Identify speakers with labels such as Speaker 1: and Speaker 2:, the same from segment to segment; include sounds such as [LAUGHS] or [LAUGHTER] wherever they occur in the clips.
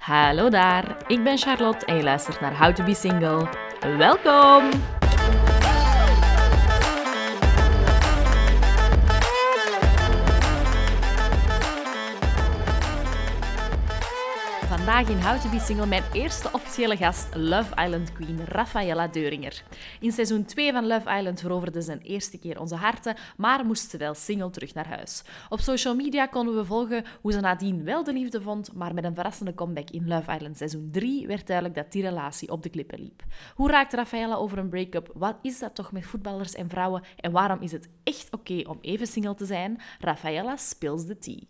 Speaker 1: Hallo daar, ik ben Charlotte en je luistert naar How to Be Single. Welkom! Vandaag in How to Be Single mijn eerste officiële gast, Love Island Queen Rafaela Deuringer. In seizoen 2 van Love Island veroverde ze een eerste keer onze harten, maar moest ze wel single terug naar huis. Op social media konden we volgen hoe ze nadien wel de liefde vond, maar met een verrassende comeback in Love Island seizoen 3 werd duidelijk dat die relatie op de klippen liep. Hoe raakt Rafaela over een break-up? Wat is dat toch met voetballers en vrouwen? En waarom is het echt oké om even single te zijn? Rafaela spills the tea.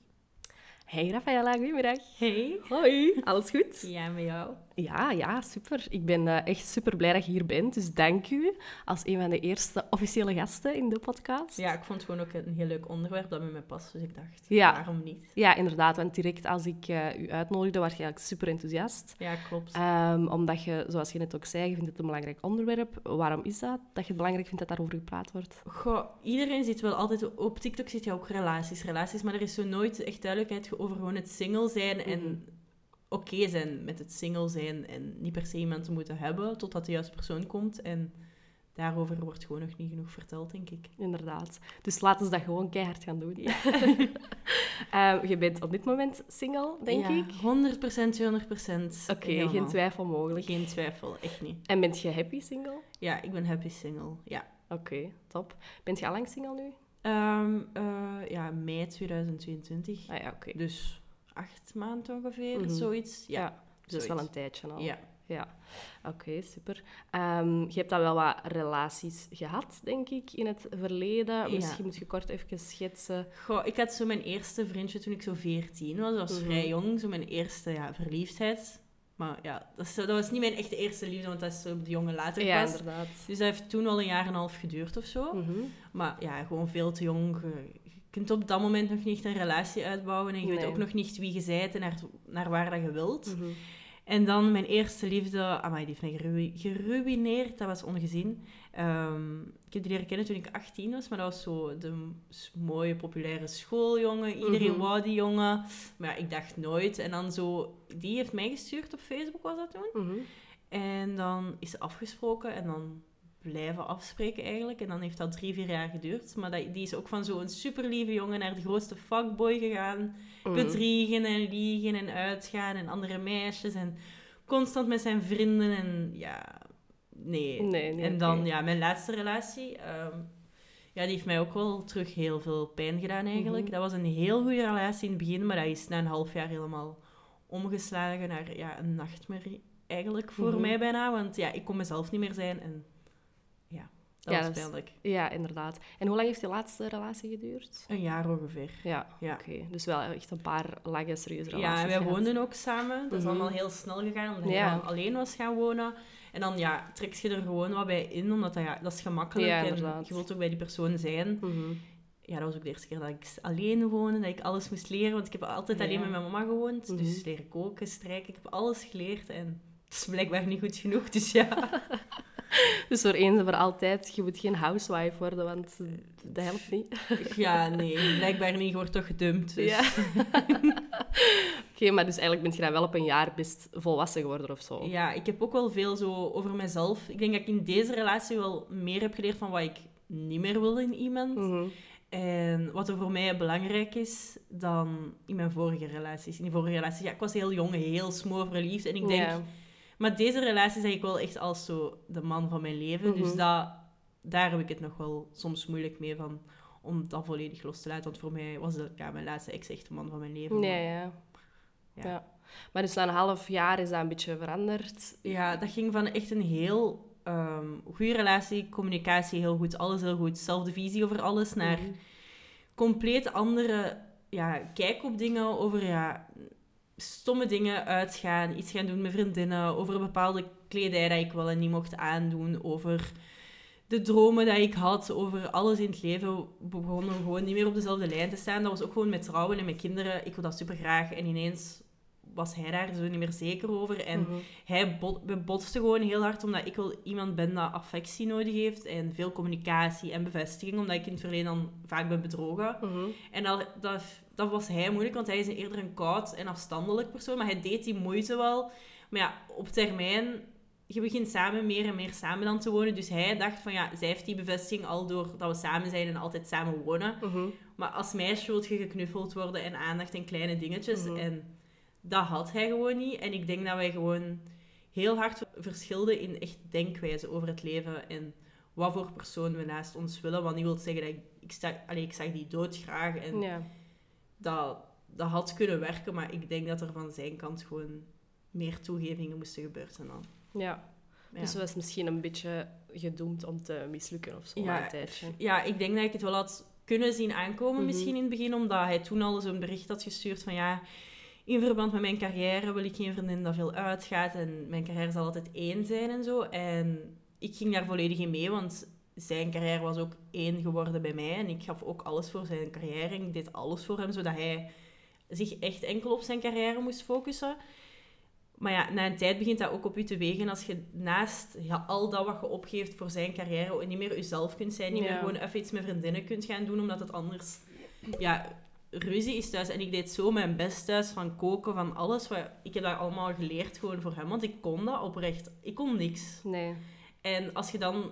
Speaker 1: Hey Rafaela, goedemiddag.
Speaker 2: Hey.
Speaker 1: Hoi, alles goed?
Speaker 2: Ja, met jou.
Speaker 1: Ja, ja, super. Ik ben eh, echt super blij dat je hier bent. Dus dank u als een van de eerste officiële gasten in de podcast.
Speaker 2: Ja, ik vond het gewoon ook een heel leuk onderwerp dat bij mij past, dus ik dacht,
Speaker 1: Ja.
Speaker 2: waarom niet?
Speaker 3: Ja, inderdaad. Want direct als ik eh, u uitnodigde, was je eigenlijk super enthousiast.
Speaker 2: Ja, klopt.
Speaker 3: Ehm, omdat je, zoals je net ook zei, je vindt het een belangrijk onderwerp. Waarom is dat? Dat je het belangrijk vindt dat daarover gepraat wordt.
Speaker 2: Goh, iedereen ziet wel altijd, op TikTok zit je ook relaties, relaties, maar er is zo nooit echt duidelijkheid over gewoon het single zijn en oké zijn met het single zijn en niet per se iemand te moeten hebben totdat de juiste persoon komt en daarover wordt gewoon nog niet genoeg verteld, denk ik.
Speaker 3: Inderdaad. Dus laten we dat gewoon keihard gaan doen.
Speaker 2: [LAUGHS]
Speaker 3: Ehm, je bent op dit moment single, denk
Speaker 2: Ja,
Speaker 3: ik.
Speaker 2: 100%, 200%.
Speaker 3: Oké, geen twijfel mogelijk.
Speaker 2: Geen twijfel, echt niet.
Speaker 3: En bent je happy single?
Speaker 2: Ja, ik ben happy single, ja.
Speaker 3: Oké, top. Bent je al lang single nu?
Speaker 2: Ehm, eh, ja, mei 2022.
Speaker 3: Ah ja, oké.
Speaker 2: Dus acht maanden ongeveer,
Speaker 3: Mhm.
Speaker 2: zoiets. Ja,
Speaker 3: Dus dat is wel een tijdje al.
Speaker 2: Ja,
Speaker 3: Ja, oké, super. Ehm, je hebt al wel wat relaties gehad, denk ik, in het verleden.
Speaker 2: Ja.
Speaker 3: Misschien moet je kort even schetsen.
Speaker 2: Goh, ik had zo mijn eerste vriendje toen ik zo 14 was. Dat was
Speaker 3: Mhm.
Speaker 2: vrij jong, zo mijn eerste ja, verliefdheid. Maar ja, dat, is zo- dat was niet mijn echte eerste liefde, want dat is zo op de jonge later
Speaker 3: ja,
Speaker 2: pas.
Speaker 3: inderdaad.
Speaker 2: Dus dat heeft toen al een jaar en een half geduurd of zo.
Speaker 3: Mhm.
Speaker 2: Maar ja, gewoon veel te jong. Eh, Je je kunt op dat moment nog niet een relatie uitbouwen. En je weet
Speaker 3: Nee.
Speaker 2: ook nog niet wie je bent en naar, naar waar dat je wilt.
Speaker 3: Mhm.
Speaker 2: En dan mijn eerste liefde, amai, die heeft mij gerui- geruineerd, dat was ongezien. Ehm, ik heb die leren kennen toen ik 18 was, maar dat was zo de m- s- mooie, populaire schooljongen. Iedereen
Speaker 3: Mhm.
Speaker 2: wou die jongen, maar ja, ik dacht nooit. En dan zo, die heeft mij gestuurd op Facebook, was dat toen.
Speaker 3: Mhm.
Speaker 2: En dan is ze afgesproken en dan blijven afspreken eigenlijk. En dan heeft dat drie, vier jaar geduurd. Maar dat, die is ook van zo'n superlieve jongen naar de grootste fuckboy gegaan
Speaker 3: Mhm.
Speaker 2: bedriegen en liegen en uitgaan en andere meisjes en constant met zijn vrienden en ja, nee.
Speaker 3: Nee, nee,
Speaker 2: en dan
Speaker 3: oké.
Speaker 2: ja, mijn laatste relatie, ehm, ja, die heeft mij ook wel terug heel veel pijn gedaan eigenlijk.
Speaker 3: Mhm.
Speaker 2: Dat was een heel goede relatie in het begin, maar dat is na een half jaar helemaal omgeslagen naar ja, een nachtmerrie eigenlijk voor
Speaker 3: Mhm.
Speaker 2: mij bijna, want ja, ik kon mezelf niet meer zijn en ja, dat
Speaker 3: Ja,
Speaker 2: was
Speaker 3: dat is-
Speaker 2: pijnlijk.
Speaker 3: Ja, inderdaad. En hoe lang heeft die laatste relatie geduurd?
Speaker 2: Een jaar ongeveer.
Speaker 3: Ja,
Speaker 2: Ja.
Speaker 3: oké. Dus wel echt een paar lange, serieuze relaties
Speaker 2: Ja, en wij
Speaker 3: gehad.
Speaker 2: woonden ook samen. Dat is
Speaker 3: Mhm.
Speaker 2: allemaal heel snel gegaan, omdat
Speaker 3: Ja.
Speaker 2: hij dan alleen was gaan wonen. En dan ja, trek je er gewoon wat bij in, omdat dat, ja, dat is gemakkelijk.
Speaker 3: Ja,
Speaker 2: en
Speaker 3: inderdaad.
Speaker 2: je wilt ook bij die persoon zijn.
Speaker 3: Mhm.
Speaker 2: Ja, dat was ook de eerste keer dat ik alleen woonde, dat ik alles moest leren. Want ik heb altijd alleen
Speaker 3: Ja.
Speaker 2: met mijn mama gewoond.
Speaker 3: Mhm.
Speaker 2: Dus leren koken, strijken, ik heb alles geleerd. En het is blijkbaar niet goed genoeg, dus ja.
Speaker 3: Dus voor eens en voor altijd, je moet geen housewife worden, want dat helpt niet.
Speaker 2: Eh, ja, nee, blijkbaar niet. Je wordt toch gedumpt. Dus.
Speaker 3: Ja. [LAUGHS] Oké, maar dus eigenlijk ben je dan wel op een jaar best volwassen geworden of zo.
Speaker 2: Ja, ik heb ook wel veel zo over mezelf. Ik denk dat ik in deze relatie wel meer heb geleerd van wat ik niet meer wil in iemand.
Speaker 3: Mhm.
Speaker 2: En wat er voor mij belangrijk is dan in mijn vorige relaties. In die vorige relaties, ja, ik was heel jong, heel smoor verliefd. En ik denk,
Speaker 3: Ja.
Speaker 2: maar deze relatie zeg ik wel echt als zo de man van mijn leven. Dus
Speaker 3: Mhm.
Speaker 2: dat, daar heb ik het nog wel soms moeilijk mee van, om dat volledig los te laten. Want voor mij was dat, ja, mijn laatste ex echt de man van mijn leven.
Speaker 3: Ja, ja.
Speaker 2: Ja.
Speaker 3: ja. Maar dus na een half jaar is dat een beetje veranderd.
Speaker 2: Ja, dat ging van echt een heel ehm goede relatie, communicatie heel goed, alles heel goed, zelfde visie over alles, naar
Speaker 3: Mhm.
Speaker 2: compleet andere ja, kijk op dingen, over ja, stomme dingen uitgaan, iets gaan doen met vriendinnen, over bepaalde kledij dat ik wel en niet mocht aandoen, over de dromen dat ik had, over alles in het leven, we begonnen gewoon niet meer op dezelfde lijn te staan. Dat was ook gewoon met trouwen en met kinderen, ik wil dat super graag en ineens was hij daar zo niet meer zeker over en
Speaker 3: Mhm.
Speaker 2: hij bot, we botsten gewoon heel hard, omdat ik wel iemand ben dat affectie nodig heeft en veel communicatie en bevestiging, omdat ik in het verleden dan vaak ben bedrogen.
Speaker 3: Mhm.
Speaker 2: En dat, dat dat was hij moeilijk, want hij is eerder een koud en afstandelijk persoon. Maar hij deed die moeite wel. Maar ja, op termijn, je begint samen meer en meer samen dan te wonen. Dus hij dacht van ja, zij heeft die bevestiging al door dat we samen zijn en altijd samen wonen.
Speaker 3: Mhm.
Speaker 2: Maar als meisje wilt je geknuffeld worden en aandacht en kleine dingetjes.
Speaker 3: Mhm.
Speaker 2: En dat had hij gewoon niet. En ik denk dat wij gewoon heel hard verschilden in echt denkwijze over het leven. En wat voor persoon we naast ons willen. Want die wil zeggen dat ik, ik, sta, allee, ik zag die doodgraag. En
Speaker 3: Ja.
Speaker 2: dat, dat had kunnen werken. Maar ik denk dat er van zijn kant gewoon meer toegevingen moesten gebeuren dan.
Speaker 3: ja.
Speaker 2: Ja.
Speaker 3: Dus ze was misschien een beetje gedoemd om te mislukken of zo
Speaker 2: Ja.
Speaker 3: na een tijdje.
Speaker 2: ja, ik denk dat ik het wel had kunnen zien aankomen
Speaker 3: Mhm.
Speaker 2: misschien in het begin, omdat hij toen al zo'n bericht had gestuurd van ja, in verband met mijn carrière wil ik geen vriendin dat veel uitgaat en mijn carrière zal altijd één zijn en zo. En ik ging daar volledig in mee, want zijn carrière was ook één geworden bij mij en ik gaf ook alles voor zijn carrière en ik deed alles voor hem, zodat hij zich echt enkel op zijn carrière moest focussen. Maar ja, na een tijd begint dat ook op u te wegen als je naast ja, al dat wat je opgeeft voor zijn carrière ook niet meer jezelf kunt zijn, niet meer
Speaker 3: Ja.
Speaker 2: gewoon even iets met vriendinnen kunt gaan doen, omdat het anders... Ja, ruzie is thuis. En ik deed zo mijn best thuis van koken, van alles. Wat, ik heb dat allemaal geleerd gewoon voor hem, want ik kon dat oprecht. Ik kon niks.
Speaker 3: Nee.
Speaker 2: En als je dan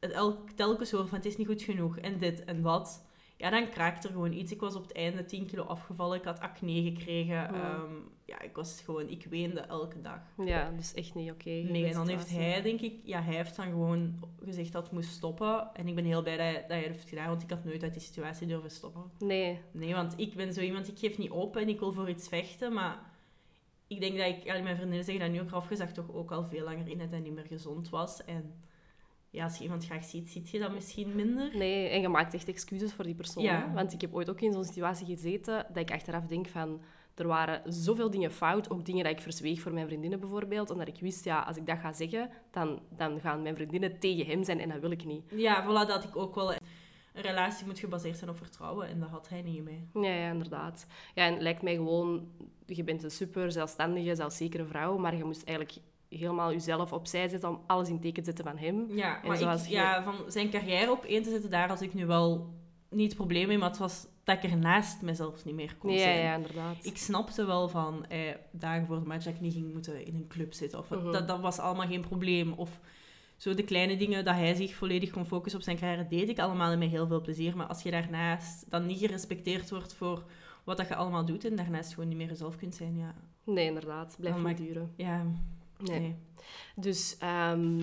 Speaker 2: het elk, telkens hoort van het is niet goed genoeg en dit en dat, ja, dan kraakt er gewoon iets. Ik was op het einde 10 kilo afgevallen, ik had acne gekregen.
Speaker 3: Oh.
Speaker 2: ehm, ja, ik was gewoon, ik weende elke dag.
Speaker 3: Ja, dus echt niet oké.
Speaker 2: Nee, en dan heeft hij, denk ik, ja, hij heeft dan gewoon gezegd dat het moest stoppen. En ik ben heel blij dat hij dat, hij dat heeft gedaan, want ik had nooit uit die situatie durven stoppen.
Speaker 3: Nee.
Speaker 2: Nee, want ik ben zo iemand, ik geef niet op en ik wil voor iets vechten, maar ik denk dat ik, ja, mijn vriendinnen zeggen dat nu ook afgezegd, toch ook al veel langer in het en niet meer gezond was. En ja, als je iemand graag ziet, ziet je dat misschien minder.
Speaker 3: Nee, en je maakt echt excuses voor die persoon.
Speaker 2: Ja.
Speaker 3: hè. Want ik heb ooit ook in zo'n situatie gezeten dat ik achteraf denk van... Er waren zoveel dingen fout, ook dingen dat ik verzweeg voor mijn vriendinnen bijvoorbeeld. Omdat ik wist, ja, als ik dat ga zeggen, dan, dan gaan mijn vriendinnen tegen hem zijn en dat wil ik niet.
Speaker 2: Ja, voilà, dat ik ook wel. Een relatie moet gebaseerd zijn op vertrouwen en dat had hij niet mee.
Speaker 3: Ja, ja, inderdaad. Ja, en het lijkt mij gewoon... Je bent een super zelfstandige, zelfzekere vrouw, maar je moest eigenlijk helemaal jezelf opzij zetten om alles in teken te zetten van hem.
Speaker 2: Ja,
Speaker 3: En
Speaker 2: maar ik,
Speaker 3: zoals je-
Speaker 2: ja, van zijn carrière op één te zetten, daar had ik nu wel niet het probleem mee, maar het was dat ik er naast mezelf niet meer kon
Speaker 3: Ja,
Speaker 2: zijn.
Speaker 3: ja, inderdaad.
Speaker 2: Ik snapte wel van eh, dagen voor de match dat ik niet ging moeten in een club zitten. Of, wat.
Speaker 3: Mhm.
Speaker 2: dat, dat was allemaal geen probleem. Of zo de kleine dingen dat hij zich volledig kon focussen op zijn carrière, deed ik allemaal en met heel veel plezier. Maar als je daarnaast dan niet gerespecteerd wordt voor wat dat je allemaal doet en daarnaast gewoon niet meer jezelf kunt zijn, ja.
Speaker 3: Nee, inderdaad. Blijf
Speaker 2: Dan
Speaker 3: niet
Speaker 2: maak-
Speaker 3: duren.
Speaker 2: Ja,
Speaker 3: nee.
Speaker 2: nee.
Speaker 3: Dus ehm,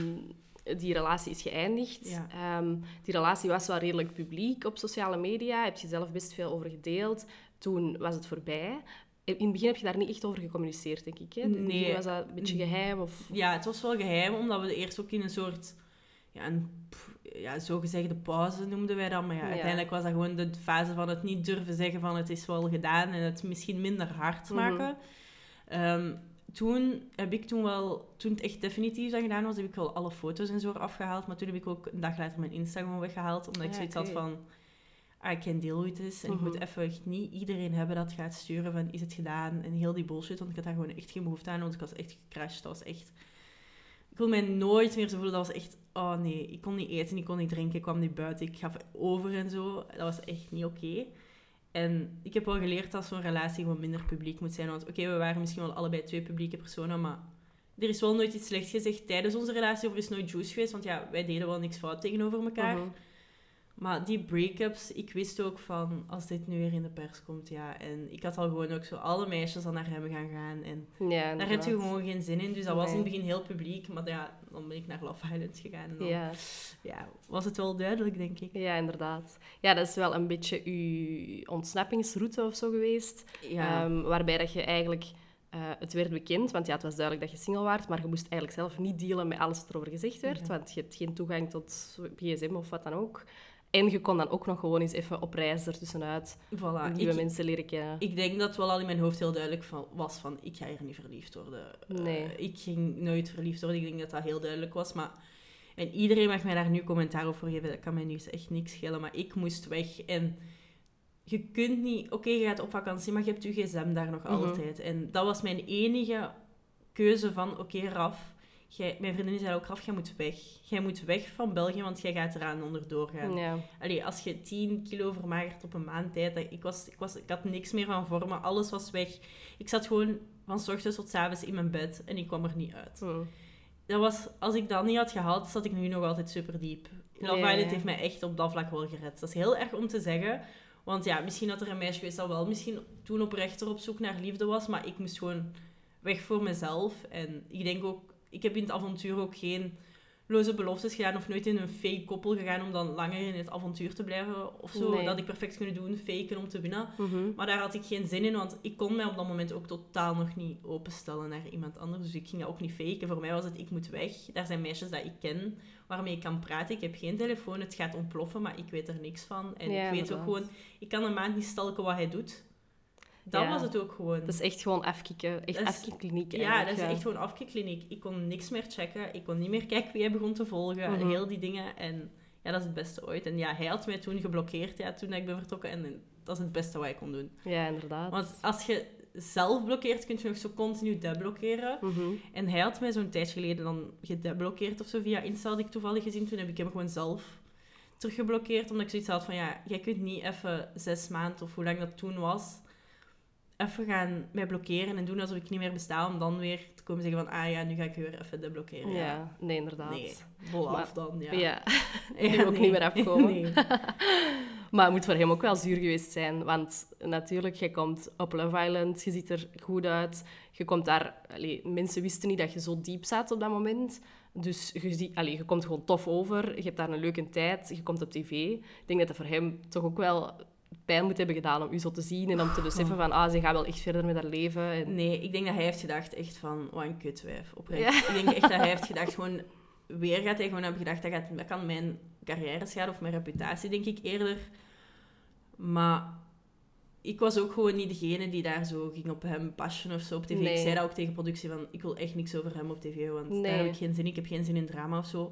Speaker 3: die relatie is geëindigd.
Speaker 2: Ja.
Speaker 3: Ehm, die relatie was wel redelijk publiek op sociale media. Heb je zelf best veel over gedeeld. Toen was het voorbij. In het begin heb je daar niet echt over gecommuniceerd, denk ik. Hè? In het
Speaker 2: Nee. Mhm.
Speaker 3: begin was dat een beetje geheim. Of...
Speaker 2: Ja, het was wel geheim, omdat we eerst ook in een soort... Ja, een, pff, ja, zogezegde pauze noemden wij dat. Maar ja,
Speaker 3: Ja.
Speaker 2: uiteindelijk was dat gewoon de fase van het niet durven zeggen van het is wel gedaan en het misschien minder hard
Speaker 3: Mhm.
Speaker 2: maken. Ehm, toen heb ik toen wel... Toen het echt definitief dat gedaan was, heb ik wel alle foto's en zo eraf gehaald. Maar toen heb ik ook een dag later mijn Instagram weggehaald, omdat ik
Speaker 3: Ah,
Speaker 2: zoiets
Speaker 3: oké.
Speaker 2: had van... Ah, ik ken deel hoe het is. En
Speaker 3: Mhm.
Speaker 2: ik moet even echt niet iedereen hebben dat gaat sturen van is het gedaan en heel die bullshit. Want ik had daar gewoon echt geen behoefte aan, want ik was echt gecrashed. Dat was echt... Ik wil mij nooit meer zo voelen. Dat was echt... Oh nee, ik kon niet eten, ik kon niet drinken, ik kwam niet buiten, ik gaf over en zo. Dat was echt niet oké. En ik heb wel geleerd dat zo'n relatie gewoon minder publiek moet zijn. Want oké, we waren misschien wel allebei twee publieke personen, maar er is wel nooit iets slecht gezegd tijdens onze relatie of er is nooit juice geweest. Want ja, wij deden wel niks fout tegenover elkaar.
Speaker 3: Mhm.
Speaker 2: Maar die break-ups, ik wist ook van als dit nu weer in de pers komt, ja. En ik had al gewoon ook zo alle meisjes al naar hem gaan gaan. En
Speaker 3: Ja,
Speaker 2: daar heb je
Speaker 3: inderdaad.
Speaker 2: gewoon geen zin in. Dus dat was in het
Speaker 3: Nee.
Speaker 2: begin heel publiek. Maar ja, dan ben ik naar Love Island gegaan. En dan ja.
Speaker 3: Ja.
Speaker 2: was het wel duidelijk, denk ik.
Speaker 3: ja, inderdaad. Ja, dat is wel een beetje uw ontsnappingsroute of zo geweest. Ehm, waarbij dat je eigenlijk... eh, het werd bekend, want ja, het was duidelijk dat je single was, maar je moest eigenlijk zelf niet dealen met alles wat erover gezegd werd,
Speaker 2: Ja.
Speaker 3: want je hebt geen toegang tot gsm of wat dan ook. En je kon dan ook nog gewoon eens even op reis ertussenuit eh,
Speaker 2: voilà.
Speaker 3: nieuwe
Speaker 2: Ik,
Speaker 3: mensen leren kennen.
Speaker 2: ik denk dat wel al in mijn hoofd heel duidelijk van, was van, ik ga hier niet verliefd worden. Eh,
Speaker 3: Nee.
Speaker 2: ik ging nooit verliefd worden. Ik denk dat dat heel duidelijk was. Maar, en iedereen mag mij daar nu commentaar over geven. Dat kan mij nu echt niks schelen. Maar ik moest weg. En je kunt niet... Oké, je gaat op vakantie, maar je hebt je gsm daar nog
Speaker 3: Mhm.
Speaker 2: altijd. En dat was mijn enige keuze van, oké, Raf... jij, mijn vriendin zei ook af, jij moet weg. Jij moet weg van België, want jij gaat eraan onderdoor gaan.
Speaker 3: Ja.
Speaker 2: Allee, als je 10 kilo vermagert op een maand tijd, dat- ik, was, ik, was, ik had niks meer van vormen, alles was weg. Ik zat gewoon van 's ochtends tot 's avonds in mijn bed en ik kwam er niet uit.
Speaker 3: Hm.
Speaker 2: Dat was, als ik dat niet had gehad, zat ik nu nog altijd super diep. Love
Speaker 3: Ja, ja,
Speaker 2: Island
Speaker 3: ja.
Speaker 2: heeft mij echt op dat vlak wel gered. Dat is heel erg om te zeggen. Want ja, misschien had er een meisje geweest dat wel misschien toen oprechter op zoek naar liefde was. Maar ik moest gewoon weg voor mezelf. En ik denk ook, ik heb in het avontuur ook geen loze beloftes gedaan. Of nooit in een fake koppel gegaan om dan langer in het avontuur te blijven. Of zo,
Speaker 3: Nee.
Speaker 2: dat ik perfect kunnen doen, faken om te winnen.
Speaker 3: Mhm.
Speaker 2: Maar daar had ik geen zin in, want ik kon mij op dat moment ook totaal nog niet openstellen naar iemand anders. Dus ik ging dat ook niet faken. Voor mij was het, ik moet weg. Daar zijn meisjes dat ik ken, waarmee ik kan praten. Ik heb geen telefoon, het gaat ontploffen, maar ik weet er niks van. En
Speaker 3: Ja,
Speaker 2: ik weet
Speaker 3: inderdaad.
Speaker 2: ook gewoon, ik kan een maand niet stalken wat hij doet. Dat
Speaker 3: Ja.
Speaker 2: was het ook gewoon.
Speaker 3: Dat is echt gewoon afkicken. Echt
Speaker 2: Dat is-
Speaker 3: afkikkliniek
Speaker 2: ja,
Speaker 3: eigenlijk,
Speaker 2: dat is echt gewoon afkikliniek. Ik kon niks meer checken. Ik kon niet meer kijken wie hij begon te volgen.
Speaker 3: Mhm.
Speaker 2: Heel die dingen. En ja, dat is het beste ooit. En ja, hij had mij toen geblokkeerd ja, toen ik ben vertrokken. En dat is het beste wat ik kon doen.
Speaker 3: Ja, inderdaad.
Speaker 2: Want als je zelf blokkeert, kun je nog zo continu deblokkeren.
Speaker 3: Mhm.
Speaker 2: En hij had mij zo'n tijd geleden dan gedeblokkeerd of zo via Insta, had ik toevallig gezien. Toen heb ik hem gewoon zelf teruggeblokkeerd, omdat ik zoiets had van, ja, jij kunt niet even zes maanden of hoe lang dat toen was, even gaan mij blokkeren en doen alsof ik niet meer besta, om dan weer te komen zeggen van, ah ja, nu ga ik je weer even
Speaker 3: ja.
Speaker 2: deblokkeren. Ja.
Speaker 3: nee, inderdaad.
Speaker 2: Nee, bol
Speaker 3: Maar-
Speaker 2: af dan, ja.
Speaker 3: Ja.
Speaker 2: Ja,
Speaker 3: nu ook
Speaker 2: nee.
Speaker 3: niet meer afkomen.
Speaker 2: [LAUGHS] Nee.
Speaker 3: Maar het moet voor hem ook wel zuur geweest zijn. Want natuurlijk, je komt op Love Island, je ziet er goed uit. Je komt daar... allee, mensen wisten niet dat je zo diep zat op dat moment. Dus je, zie, allee, je komt gewoon tof over. Je hebt daar een leuke tijd. Je komt op tv. Ik denk dat dat voor hem toch ook wel pijn moet hebben gedaan om u zo te zien. En om te beseffen
Speaker 2: Oh.
Speaker 3: van, ah, ze gaat wel echt verder met haar leven. En...
Speaker 2: Nee, ik denk dat hij heeft gedacht echt van, wat een kutwijf, oprecht. Ik denk echt dat hij heeft gedacht gewoon, weer gaat hij gewoon hebben gedacht, dat, gaat, dat kan mijn carrière schaden of mijn reputatie, denk ik eerder. Maar ik was ook gewoon niet degene die daar zo ging op hem passion of zo op tv.
Speaker 3: Nee.
Speaker 2: Ik zei dat ook tegen productie, van, ik wil echt niks over hem op tv, want
Speaker 3: Nee.
Speaker 2: daar heb ik geen zin in. Ik heb geen zin in drama of zo.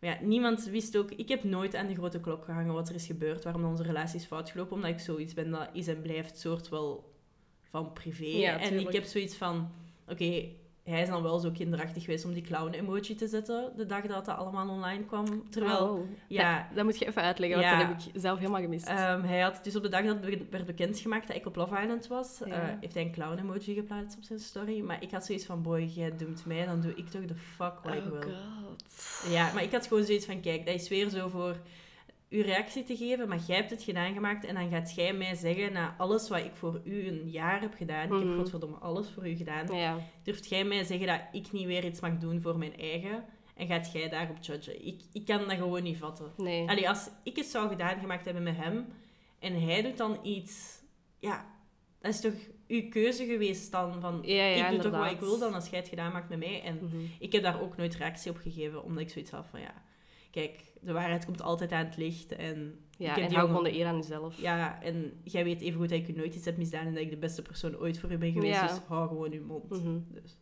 Speaker 2: Maar ja, niemand wist ook... Ik heb nooit aan de grote klok gehangen wat er is gebeurd, waarom onze relatie is fout gelopen, omdat ik zoiets ben dat is en blijft soort wel van privé.
Speaker 3: Ja,
Speaker 2: en
Speaker 3: tuurlijk.
Speaker 2: ik heb zoiets van... Oké, hij is dan wel zo kinderachtig geweest om die clown-emoji te zetten, de dag dat dat allemaal online kwam. Terwijl...
Speaker 3: Oh.
Speaker 2: ja,
Speaker 3: Dat, dat moet je even uitleggen, want
Speaker 2: Ja.
Speaker 3: dat heb ik zelf helemaal gemist.
Speaker 2: Ehm, hij had dus op de dag dat be- werd bekendgemaakt dat ik op Love Island was,
Speaker 3: Ja.
Speaker 2: eh, heeft hij een clown emoji geplaatst op zijn story. Maar ik had zoiets van, boy, jij dumpt mij, dan doe ik toch de fuck wat ik
Speaker 3: Oh,
Speaker 2: wil.
Speaker 3: god.
Speaker 2: Ja, maar ik had gewoon zoiets van, kijk, dat is weer zo voor uw reactie te geven, maar jij hebt het gedaan gemaakt en dan gaat jij mij zeggen, na alles wat ik voor u een jaar heb gedaan, ik
Speaker 3: Mhm.
Speaker 2: heb godverdomme alles voor u gedaan,
Speaker 3: Ja.
Speaker 2: durft jij mij zeggen dat ik niet weer iets mag doen voor mijn eigen en gaat jij daarop judgen? Ik, ik kan dat gewoon niet vatten.
Speaker 3: Nee.
Speaker 2: Allee, als ik het zou gedaan gemaakt hebben met hem en hij doet dan iets, ja, dat is toch uw keuze geweest dan? Van,
Speaker 3: Ja, ja,
Speaker 2: ik doe toch
Speaker 3: inderdaad.
Speaker 2: wat ik wil dan als jij het gedaan maakt met mij. En
Speaker 3: Mhm.
Speaker 2: ik heb daar ook nooit reactie op gegeven, omdat ik zoiets had van ja, kijk, de waarheid komt altijd aan het licht. En
Speaker 3: Ja,
Speaker 2: ik heb
Speaker 3: en
Speaker 2: die jongen-
Speaker 3: hou gewoon de eer aan jezelf.
Speaker 2: ja, en jij weet even goed dat ik je nooit iets heb misdaan en dat ik de beste persoon ooit voor u ben geweest.
Speaker 3: Ja.
Speaker 2: Dus hou gewoon uw mond.
Speaker 3: Mhm.
Speaker 2: Dus.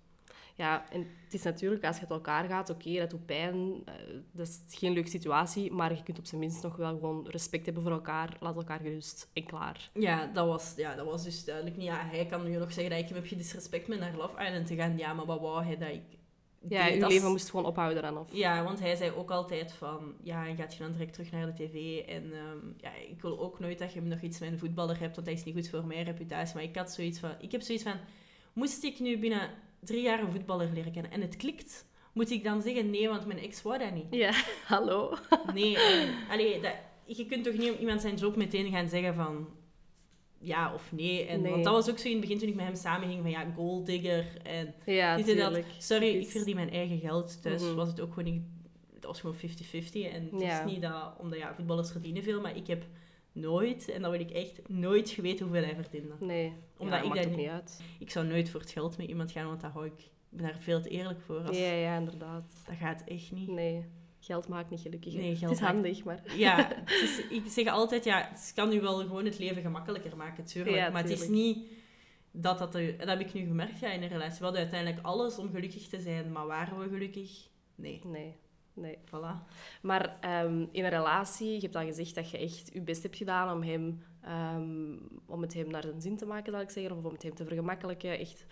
Speaker 3: Ja, en het is natuurlijk, als je het elkaar gaat, oké, dat doet pijn, eh, dat is geen leuke situatie, maar je kunt op zijn minst nog wel gewoon respect hebben voor elkaar, laat elkaar gerust en klaar.
Speaker 2: Ja dat, was, ja, dat was dus duidelijk niet. Ja, hij kan nu nog zeggen dat ik hem heb gedisrespect met naar Love Island te gaan. Ja, maar wat wou hij dat ik
Speaker 3: Ja,
Speaker 2: deed?
Speaker 3: je
Speaker 2: Dat is-
Speaker 3: leven moest gewoon ophouden dan, of...
Speaker 2: Ja, want hij zei ook altijd van... Ja, en gaat je dan direct terug naar de tv? En ehm, ja, ik wil ook nooit dat je nog iets met een voetballer hebt, want dat is niet goed voor mijn reputatie. Maar ik had zoiets van... Ik heb zoiets van... Moest ik nu binnen drie jaar een voetballer leren kennen en het klikt... Moet ik dan zeggen nee, want mijn ex wou dat
Speaker 3: [LAUGHS]
Speaker 2: niet? [LAUGHS]
Speaker 3: Ja, hallo.
Speaker 2: Nee, en, allee, dat, je kunt toch niet om iemand zijn job meteen gaan zeggen van ja of nee. En,
Speaker 3: Nee.
Speaker 2: Want dat was ook zo in het begin toen ik met hem samen ging van ja, golddigger en
Speaker 3: Ja,
Speaker 2: dit en dat.
Speaker 3: tuurlijk.
Speaker 2: Sorry,
Speaker 3: Typisch.
Speaker 2: ik verdien mijn eigen geld. Dus
Speaker 3: Mhm.
Speaker 2: was het ook gewoon, niet- het was gewoon 50-50. En het
Speaker 3: Ja.
Speaker 2: is niet dat, omdat ja, voetballers verdienen veel, maar ik heb nooit, en dat wil ik echt, nooit geweten hoeveel hij verdiende.
Speaker 3: Nee,
Speaker 2: Omdat
Speaker 3: ja,
Speaker 2: ik
Speaker 3: dat maakt
Speaker 2: dat
Speaker 3: ook
Speaker 2: niet-
Speaker 3: niet uit.
Speaker 2: Ik zou nooit voor het geld met iemand gaan, want dat hou ik, ik ben daar veel te eerlijk voor. Als,
Speaker 3: Ja, ja, inderdaad.
Speaker 2: Dat gaat echt niet.
Speaker 3: Nee, geld maakt niet gelukkig. hè.
Speaker 2: Nee, geld
Speaker 3: het is
Speaker 2: maakt-
Speaker 3: handig, maar... [LAUGHS]
Speaker 2: Ja, het is, ik zeg altijd, ja, het kan u wel gewoon het leven gemakkelijker maken, tuurlijk.
Speaker 3: Ja,
Speaker 2: maar het is
Speaker 3: tuurlijk.
Speaker 2: niet dat dat... de- Dat heb ik nu gemerkt ja, in een relatie. We hadden uiteindelijk alles om gelukkig te zijn, maar waren we gelukkig? Nee.
Speaker 3: Nee, nee.
Speaker 2: Voilà.
Speaker 3: Maar ehm, in een relatie, je hebt al gezegd dat je echt je best hebt gedaan om, hem, ehm, om het hem naar zijn zin te maken, zal ik zeggen, of om het hem te vergemakkelijken. Echt,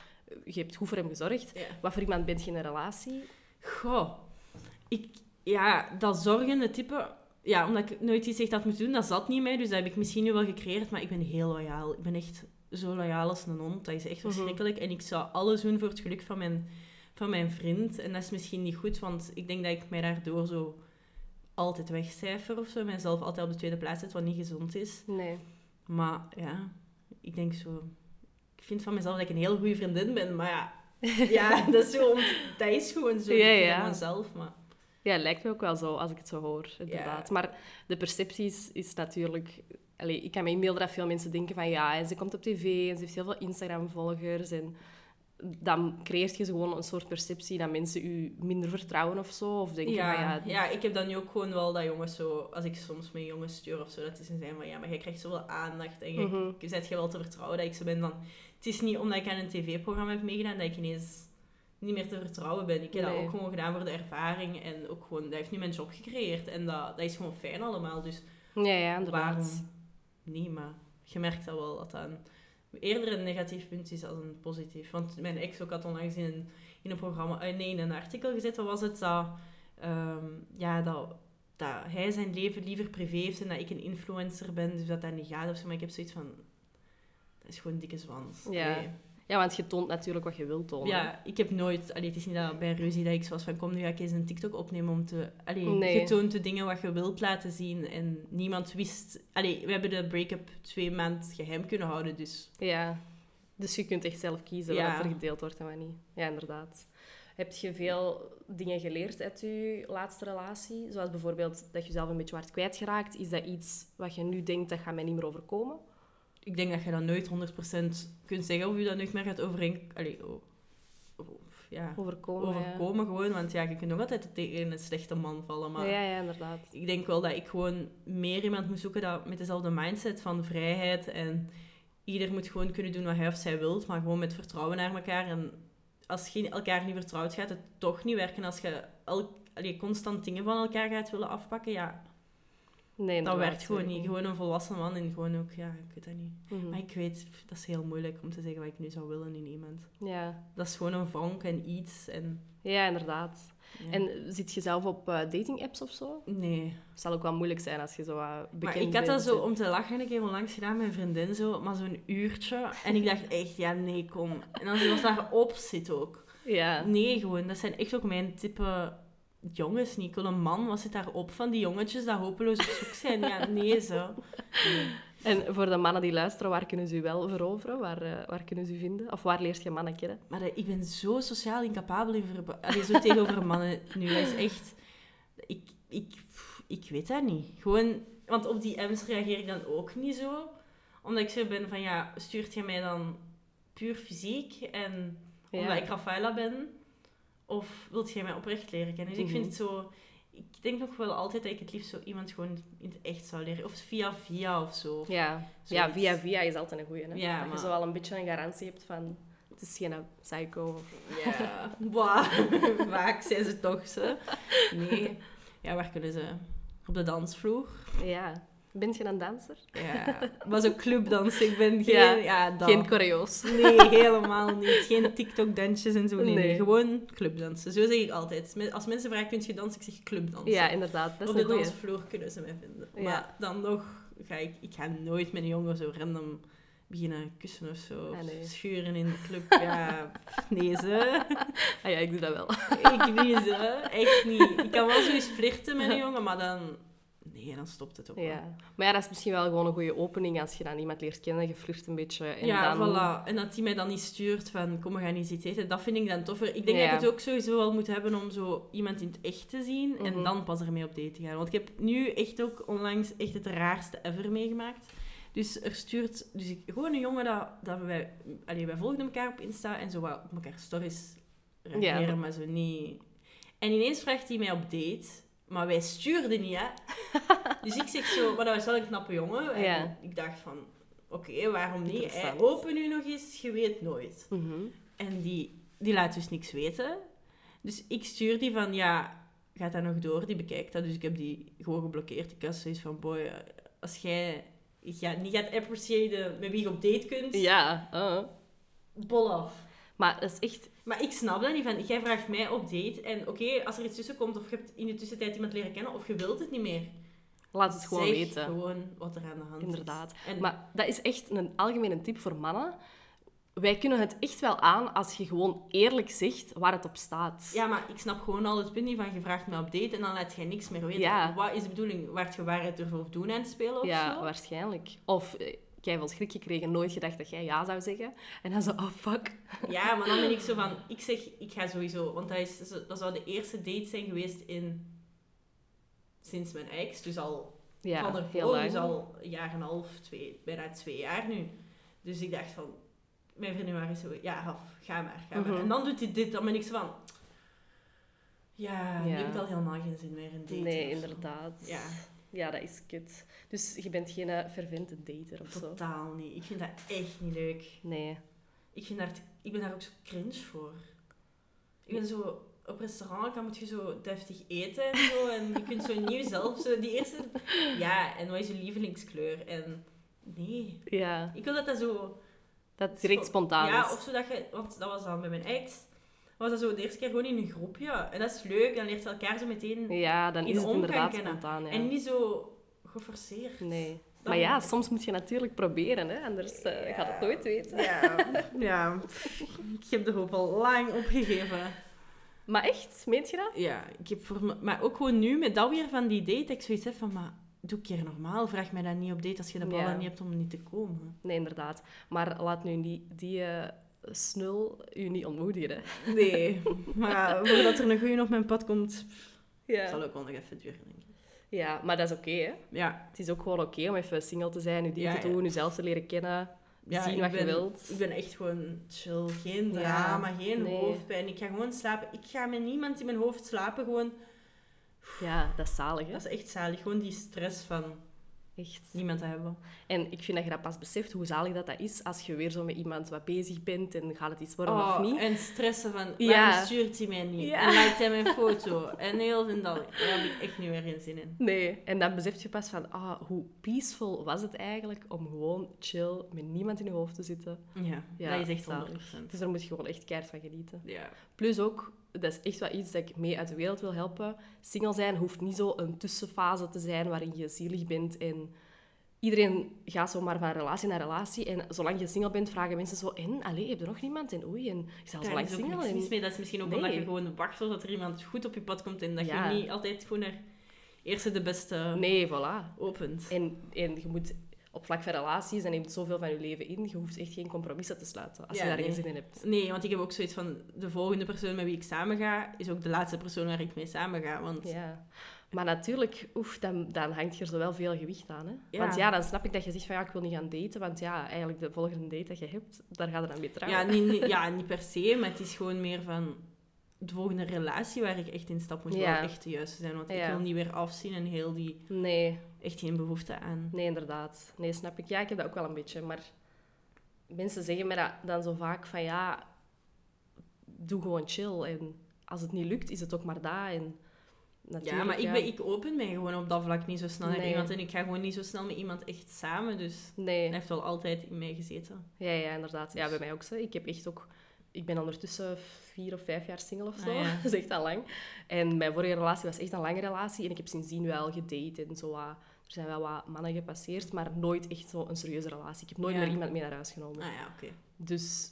Speaker 3: eh, je hebt goed voor hem gezorgd.
Speaker 2: Ja.
Speaker 3: Wat voor iemand bent je in een relatie?
Speaker 2: Goh. Ik, ja, dat zorgende type... Ja, omdat ik nooit iets echt had moeten doen, dat zat niet in mij. Dus dat heb ik misschien nu wel gecreëerd, maar ik ben heel loyaal. Ik ben echt zo loyaal als een hond. Dat is echt verschrikkelijk. En ik zou alles doen voor het geluk van mijn, van mijn vriend. En dat is misschien niet goed, want ik denk dat ik mij daardoor zo altijd wegcijfer of zo. Mijzelf altijd op de tweede plaats zet, wat niet gezond is.
Speaker 3: Nee.
Speaker 2: Maar ja, ik denk zo... Ik vind van mezelf dat ik een heel goede vriendin ben, maar
Speaker 3: [LAUGHS]
Speaker 2: ja... Ja, dat is, zo, om- dat is gewoon zo.
Speaker 3: Ja,
Speaker 2: Ik vind
Speaker 3: ja.
Speaker 2: dat mezelf, maar...
Speaker 3: Ja, lijkt me ook wel zo, als ik het zo hoor, inderdaad. Maar de perceptie is, is natuurlijk... Allee, ik kan me inbeelden dat veel mensen denken van... Ja, en ze komt op tv en ze heeft heel veel Instagram-volgers. En dan creëert je gewoon een soort perceptie dat mensen u minder vertrouwen of zo. Of denken van...
Speaker 2: Ja,
Speaker 3: Ja,
Speaker 2: ja, ik heb dan nu ook gewoon wel dat jongens zo... Als ik soms mijn jongens stuur of zo, dat ze zijn van... Ja, maar jij krijgt zoveel aandacht en jij
Speaker 3: Mhm.
Speaker 2: zet je wel te vertrouwen dat ik zo ben dan... Het is niet omdat ik aan een tv-programma heb meegedaan dat ik ineens niet meer te vertrouwen ben. Ik heb dat
Speaker 3: Nee.
Speaker 2: ook gewoon gedaan voor de ervaring en ook gewoon... Dat heeft nu mijn job gecreëerd en dat, dat is gewoon fijn allemaal. Dus
Speaker 3: ja, ja, inderdaad.
Speaker 2: waarom eh, niet? Maar je merkt dat wel, dat dat een, eerder een negatief punt is dan een positief. Want mijn ex ook had onlangs in een, in een programma, eh, nee, in een artikel gezet, wat was het, dat, ehm, ja, dat, dat hij zijn leven liever privé heeft en dat ik een influencer ben, dus dat dat niet gaat of zo. Maar ik heb zoiets van, dat is gewoon dikke zwans.
Speaker 3: Ja.
Speaker 2: Nee.
Speaker 3: Ja, want je toont natuurlijk wat je wilt tonen.
Speaker 2: Ja, ik heb nooit... Allee, het is niet dat bij ruzie dat ik zoals van... Kom, nu ga ik eens een TikTok opnemen om te... Allee,
Speaker 3: Nee.
Speaker 2: je toont de dingen wat je wilt laten zien. En niemand wist... Allee, we hebben de break-up twee maanden geheim kunnen houden, dus...
Speaker 3: Ja. Dus je kunt echt zelf kiezen
Speaker 2: Ja.
Speaker 3: wat er gedeeld wordt en wat niet. Ja, inderdaad. Heb je veel dingen geleerd uit je laatste relatie? Zoals bijvoorbeeld dat je zelf een beetje waard kwijtgeraakt. Is dat iets wat je nu denkt, dat gaat mij niet meer overkomen?
Speaker 2: Ik denk dat je dat nooit 100% kunt zeggen of je dat nooit meer gaat overeen... Allee, oh, oh, ja,
Speaker 3: Overkomen, ja.
Speaker 2: overkomen gewoon. Want ja, je kunt nog altijd tegen een slechte man vallen, maar...
Speaker 3: Ja, ja, inderdaad.
Speaker 2: ik denk wel dat ik gewoon meer iemand moet zoeken dat met dezelfde mindset van vrijheid en ieder moet gewoon kunnen doen wat hij of zij wilt, maar gewoon met vertrouwen naar elkaar. En als je elkaar niet vertrouwt, gaat het toch niet werken. Als je elk, allee, constant dingen van elkaar gaat willen afpakken, ja,
Speaker 3: Nee,
Speaker 2: dat
Speaker 3: inderdaad,
Speaker 2: werkt gewoon
Speaker 3: nee.
Speaker 2: niet. Gewoon een volwassen man en gewoon ook, ja, ik weet dat niet.
Speaker 3: Mhm.
Speaker 2: Maar ik weet, pff, dat is heel moeilijk om te zeggen wat ik nu zou willen in iemand.
Speaker 3: Ja.
Speaker 2: Dat is gewoon een vonk en iets en...
Speaker 3: ja, inderdaad.
Speaker 2: ja.
Speaker 3: En zit je zelf op eh, dating-apps of zo?
Speaker 2: Nee,
Speaker 3: Het zal ook wel moeilijk zijn als je zo wat bekend
Speaker 2: Maar ik had dat
Speaker 3: bent.
Speaker 2: zo om te lachen een keer onlangs gedaan met een vriendin, zo, maar zo'n uurtje. En ik dacht echt, ja, nee, kom. En als iemand daarop zit ook.
Speaker 3: Ja.
Speaker 2: Nee, gewoon, dat zijn echt ook mijn type jongens niet. Ik wil een man, wat zit daarop van die jongetjes dat hopeloos op zoek zijn? Ja, nee, zo. Nee.
Speaker 3: En voor de mannen die luisteren, waar kunnen ze u wel veroveren? Waar, eh, waar kunnen ze u vinden? Of waar leert je mannen kennen?
Speaker 2: Maar dat- ik ben zo sociaal incapabel in verba- Allee, zo tegenover mannen nu. Dat is echt... Ik, ik, ik weet dat niet. Gewoon... Want op die M's reageer ik dan ook niet zo. Omdat ik zo ben van, ja, stuurt je mij dan puur fysiek? En omdat ik Rafaela ben? Of wilt jij mij oprecht leren kennen? Dus ik vind
Speaker 3: Mhm.
Speaker 2: het zo... Ik denk nog wel altijd dat ik het liefst zo iemand gewoon in het echt zou leren. Of via via of zo. Of
Speaker 3: Ja. ja,
Speaker 2: zoiets.
Speaker 3: via via is altijd een goeie. Hè?
Speaker 2: Ja,
Speaker 3: dat
Speaker 2: maar-
Speaker 3: je zo wel een beetje een garantie hebt van... Het is geen psycho. of-
Speaker 2: [LAUGHS] Ja, Wow. vaak zijn ze toch ze. Nee. Ja, waar kunnen ze? Op de dansvloer.
Speaker 3: Ja. Bent je een danser?
Speaker 2: Ja. Was ook clubdans. Ik ben geen...
Speaker 3: Ja.
Speaker 2: Ja, dat.
Speaker 3: Geen choreo's.
Speaker 2: Nee, helemaal niet. Geen TikTok-dansjes en zo. Nee, nee.
Speaker 3: Nee.
Speaker 2: gewoon clubdansen. Zo zeg ik altijd. Me- Als mensen vragen, kun je dansen? Ik zeg clubdansen.
Speaker 3: Ja, inderdaad. Dat
Speaker 2: Op
Speaker 3: is
Speaker 2: de
Speaker 3: een goeie.
Speaker 2: dansvloer kunnen ze mij vinden.
Speaker 3: Ja.
Speaker 2: Maar dan nog ga ik... Ik ga nooit met een jongen zo random beginnen kussen of zo.
Speaker 3: Ah, nee.
Speaker 2: Schuren in de
Speaker 3: [LAUGHS]
Speaker 2: club. Ja, nee ze.
Speaker 3: Ah ja, ik doe dat wel.
Speaker 2: Ik niet, hè. Echt niet. Ik kan wel zoiets flirten met een jongen, maar dan... Nee, dan stopt het ook wel.
Speaker 3: Ja. Maar ja, dat is misschien wel gewoon een goede opening als je dan iemand leert kennen. Je flirt een beetje. En
Speaker 2: ja,
Speaker 3: dan...
Speaker 2: voilà. En dat hij mij dan niet stuurt van, kom, we gaan eens iets eten. Dat vind ik dan toffer. Ik denk dat
Speaker 3: Ja.
Speaker 2: ik het ook sowieso wel moet hebben om zo iemand in het echt te zien. En
Speaker 3: Mhm.
Speaker 2: dan pas ermee op date te gaan. Want ik heb nu echt ook onlangs echt het raarste ever meegemaakt. Dus er stuurt... Dus ik, gewoon een jongen dat, dat wij... Allee, wij volgden elkaar op Insta en zo wat op elkaar stories reageren, maar zo niet... En ineens vraagt hij mij op date, maar wij stuurden niet,
Speaker 3: [LAUGHS]
Speaker 2: hè. Dus ik zeg zo... Maar dat was wel een knappe jongen. En
Speaker 3: Ja.
Speaker 2: ik dacht van... Oké, waarom niet? Hij
Speaker 3: Interessant.
Speaker 2: open u nog eens, je weet nooit.
Speaker 3: Mhm.
Speaker 2: En die, die laat dus niks weten. Dus ik stuur die van, ja, gaat dat nog door? Die bekijkt dat. Dus ik heb die gewoon geblokkeerd. Ik had zoiets van, boy, eh, als jij Dus- ja, niet gaat appreciëren met wie je op date kunt,
Speaker 3: Ja. eh.
Speaker 2: bol af.
Speaker 3: Maar dat is echt...
Speaker 2: Maar ik snap dat niet van, jij vraagt mij op date en oké, als er iets tussen komt of je hebt in de tussentijd iemand leren kennen of je wilt het niet meer.
Speaker 3: Laat het gewoon
Speaker 2: zeg
Speaker 3: weten.
Speaker 2: gewoon wat er aan de hand is.
Speaker 3: Inderdaad.
Speaker 2: En
Speaker 3: Maar dat is echt een algemene tip voor mannen. Wij kunnen het echt wel aan als je gewoon eerlijk zegt waar het op staat.
Speaker 2: Ja, maar ik snap gewoon al het punt niet van je vraagt me op date en dan laat jij niks meer weten.
Speaker 3: Ja.
Speaker 2: Wat is de bedoeling? Waart je waarheid ervoor doen aan het spelen of
Speaker 3: Ja,
Speaker 2: zo?
Speaker 3: waarschijnlijk. Of eh, jij veel schrik gekregen, nooit gedacht dat jij ja zou zeggen. En dan zo, oh fuck.
Speaker 2: Ja, maar dan ben ik zo van, ik zeg, ik ga sowieso, want dat, is, dat zou de eerste date zijn geweest in, sinds mijn ex, dus al
Speaker 3: Ja,
Speaker 2: van
Speaker 3: heel
Speaker 2: ervoor,
Speaker 3: lang.
Speaker 2: dus al een jaar en een half, twee, bijna twee jaar nu. Dus ik dacht van, mijn vriendin was zo, ja, af, ga maar, ga maar.
Speaker 3: Mhm.
Speaker 2: En dan doet hij dit, dan ben ik zo van, ja, nu
Speaker 3: Ja.
Speaker 2: heb ik al helemaal geen zin meer in daten.
Speaker 3: Nee,
Speaker 2: of zo.
Speaker 3: inderdaad.
Speaker 2: Ja.
Speaker 3: Ja, dat is kut. Dus je bent geen eh, fervente dater of zo.
Speaker 2: Totaal niet. Ik vind dat echt niet leuk.
Speaker 3: Nee.
Speaker 2: Ik, vind daar, ik ben daar ook zo cringe voor. Ik ben zo... Op restaurant dan moet je zo deftig eten en zo. En je kunt zo
Speaker 3: [LAUGHS]
Speaker 2: nieuw zelf zo... Die eerste... Ja, en wat is je lievelingskleur? En... Nee.
Speaker 3: Ja,
Speaker 2: Ik wil dat dat zo...
Speaker 3: dat direct spontaan
Speaker 2: Ja,
Speaker 3: is.
Speaker 2: of zo dat je... Want dat was dan bij mijn ex. Was dat zo de eerste keer gewoon in een groepje. En dat is leuk. Dan leert je elkaar zo meteen...
Speaker 3: Ja, dan
Speaker 2: in
Speaker 3: is het
Speaker 2: omgang
Speaker 3: inderdaad
Speaker 2: kennen.
Speaker 3: spontaan. Ja.
Speaker 2: En niet zo geforceerd.
Speaker 3: Nee.
Speaker 2: Dan-
Speaker 3: Maar ja, soms moet je natuurlijk proberen, hè? anders eh,
Speaker 2: Ja.
Speaker 3: gaat het nooit weten.
Speaker 2: Ja. ja. Ik heb de hoop al lang opgegeven.
Speaker 3: Maar echt, meent je dat?
Speaker 2: Ja, ik heb voor me- maar ook gewoon nu met dat weer van die date, dat ik zoiets heb van, maar doe een keer normaal, vraag mij dat niet op date als je de ballen
Speaker 3: Ja.
Speaker 2: niet hebt om niet te komen.
Speaker 3: Nee, inderdaad. Maar laat nu die, die eh, snul u niet ontmoedigen. hè.
Speaker 2: Nee, [LAUGHS] maar voordat er een goeie op mijn pad komt, zal
Speaker 3: Ja.
Speaker 2: ook wel nog even duren, denk ik.
Speaker 3: ja, maar dat is oké, hè?
Speaker 2: Ja,
Speaker 3: Het is ook gewoon oké om even single te zijn, je ding
Speaker 2: Ja,
Speaker 3: te
Speaker 2: ja.
Speaker 3: doen, jezelf te leren kennen,
Speaker 2: ja
Speaker 3: zien
Speaker 2: ik
Speaker 3: wat je
Speaker 2: ben-
Speaker 3: wilt.
Speaker 2: Ik ben echt gewoon chill, geen
Speaker 3: Ja,
Speaker 2: drama, geen
Speaker 3: nee.
Speaker 2: hoofdpijn. Ik ga gewoon slapen. Ik ga met niemand in mijn hoofd slapen, gewoon.
Speaker 3: Ja, dat is zalig, hè?
Speaker 2: Dat is echt zalig, gewoon die stress van
Speaker 3: Echt.
Speaker 2: niemand te hebben.
Speaker 3: En ik vind dat je dat pas beseft, hoe zalig dat, dat is, als je weer zo met iemand wat bezig bent en gaat het iets worden of niet.
Speaker 2: Oh, En stressen van, waarom
Speaker 3: Ja.
Speaker 2: stuurt hij mij niet?
Speaker 3: Ja.
Speaker 2: En lijkt hij mijn foto? En heel en dan. Daar heb ik echt niet meer geen zin in.
Speaker 3: Nee, en dan besef je pas van, ah, hoe peaceful was het eigenlijk om gewoon chill, met niemand in je hoofd te zitten.
Speaker 2: Ja,
Speaker 3: Ja,
Speaker 2: dat is echt
Speaker 3: zalig.
Speaker 2: 100%.
Speaker 3: Dus daar moet je gewoon echt keihard van genieten.
Speaker 2: Ja.
Speaker 3: Plus ook, dat is echt wel iets dat ik mee uit de wereld wil helpen. Single zijn hoeft niet zo een tussenfase te zijn waarin je zielig bent en... Iedereen gaat zomaar van relatie naar relatie. En zolang je single bent, vragen mensen zo... En, allee, heb je nog niemand? En oei, en ik sta al zo
Speaker 2: Daar
Speaker 3: lang
Speaker 2: is ook
Speaker 3: single.
Speaker 2: niks mis
Speaker 3: En...
Speaker 2: mee. Dat is misschien ook
Speaker 3: Nee.
Speaker 2: omdat je gewoon wacht totdat er iemand goed op je pad komt en dat
Speaker 3: Ja.
Speaker 2: je niet altijd gewoon naar eerste de beste
Speaker 3: Nee, voilà.
Speaker 2: opent.
Speaker 3: En, en je moet op vlak van relaties, dat neemt zoveel van je leven in. Je hoeft echt geen compromissen te sluiten als
Speaker 2: Ja,
Speaker 3: je daar geen
Speaker 2: nee.
Speaker 3: zin in hebt.
Speaker 2: Nee, want ik heb ook zoiets van, de volgende persoon met wie ik samen ga, is ook de laatste persoon waar ik mee samen ga. Want
Speaker 3: Ja. Maar natuurlijk, oef, dan, dan hangt je er zo wel veel gewicht aan. Hè?
Speaker 2: Ja.
Speaker 3: Want ja, dan snap ik dat je zegt van ja, ik wil niet gaan daten. Want ja, eigenlijk de volgende date dat je hebt, daar gaat er dan mee trouwen.
Speaker 2: ja, niet,
Speaker 3: [LAUGHS]
Speaker 2: niet- ja, niet per se, maar het is gewoon meer van de volgende relatie waar ik echt in stap moet
Speaker 3: Ja.
Speaker 2: wel echt de juiste zijn. Want
Speaker 3: Ja.
Speaker 2: ik wil niet weer afzien en heel die,
Speaker 3: Nee,
Speaker 2: echt geen behoefte aan.
Speaker 3: nee, inderdaad. Nee, snap ik. Ja, ik heb dat ook wel een beetje. Maar mensen zeggen mij dat dan zo vaak van ja, doe gewoon chill. En als het niet lukt, is het ook maar dat. En
Speaker 2: Ja,
Speaker 3: natuurlijk,
Speaker 2: maar ik, ben, ik open mij gewoon op dat vlak niet zo snel naar
Speaker 3: Nee.
Speaker 2: iemand. En ik ga gewoon niet zo snel met iemand echt samen. Dus
Speaker 3: Nee.
Speaker 2: dat heeft wel altijd in mij gezeten.
Speaker 3: Ja, ja, inderdaad. Ja,
Speaker 2: Dus-
Speaker 3: bij mij ook zo. Ik heb echt ook... Ik ben ondertussen vier of vijf jaar single of zo.
Speaker 2: Ah, ja.
Speaker 3: [LAUGHS] Dat is echt al lang. En mijn vorige relatie was echt een lange relatie. En ik heb sindsdien wel gedate en zo. wat- Er zijn wel wat mannen gepasseerd, maar nooit echt zo'n serieuze relatie. Ik heb nooit
Speaker 2: Ja.
Speaker 3: meer iemand mee naar huis genomen.
Speaker 2: Ah ja, oké.
Speaker 3: Dus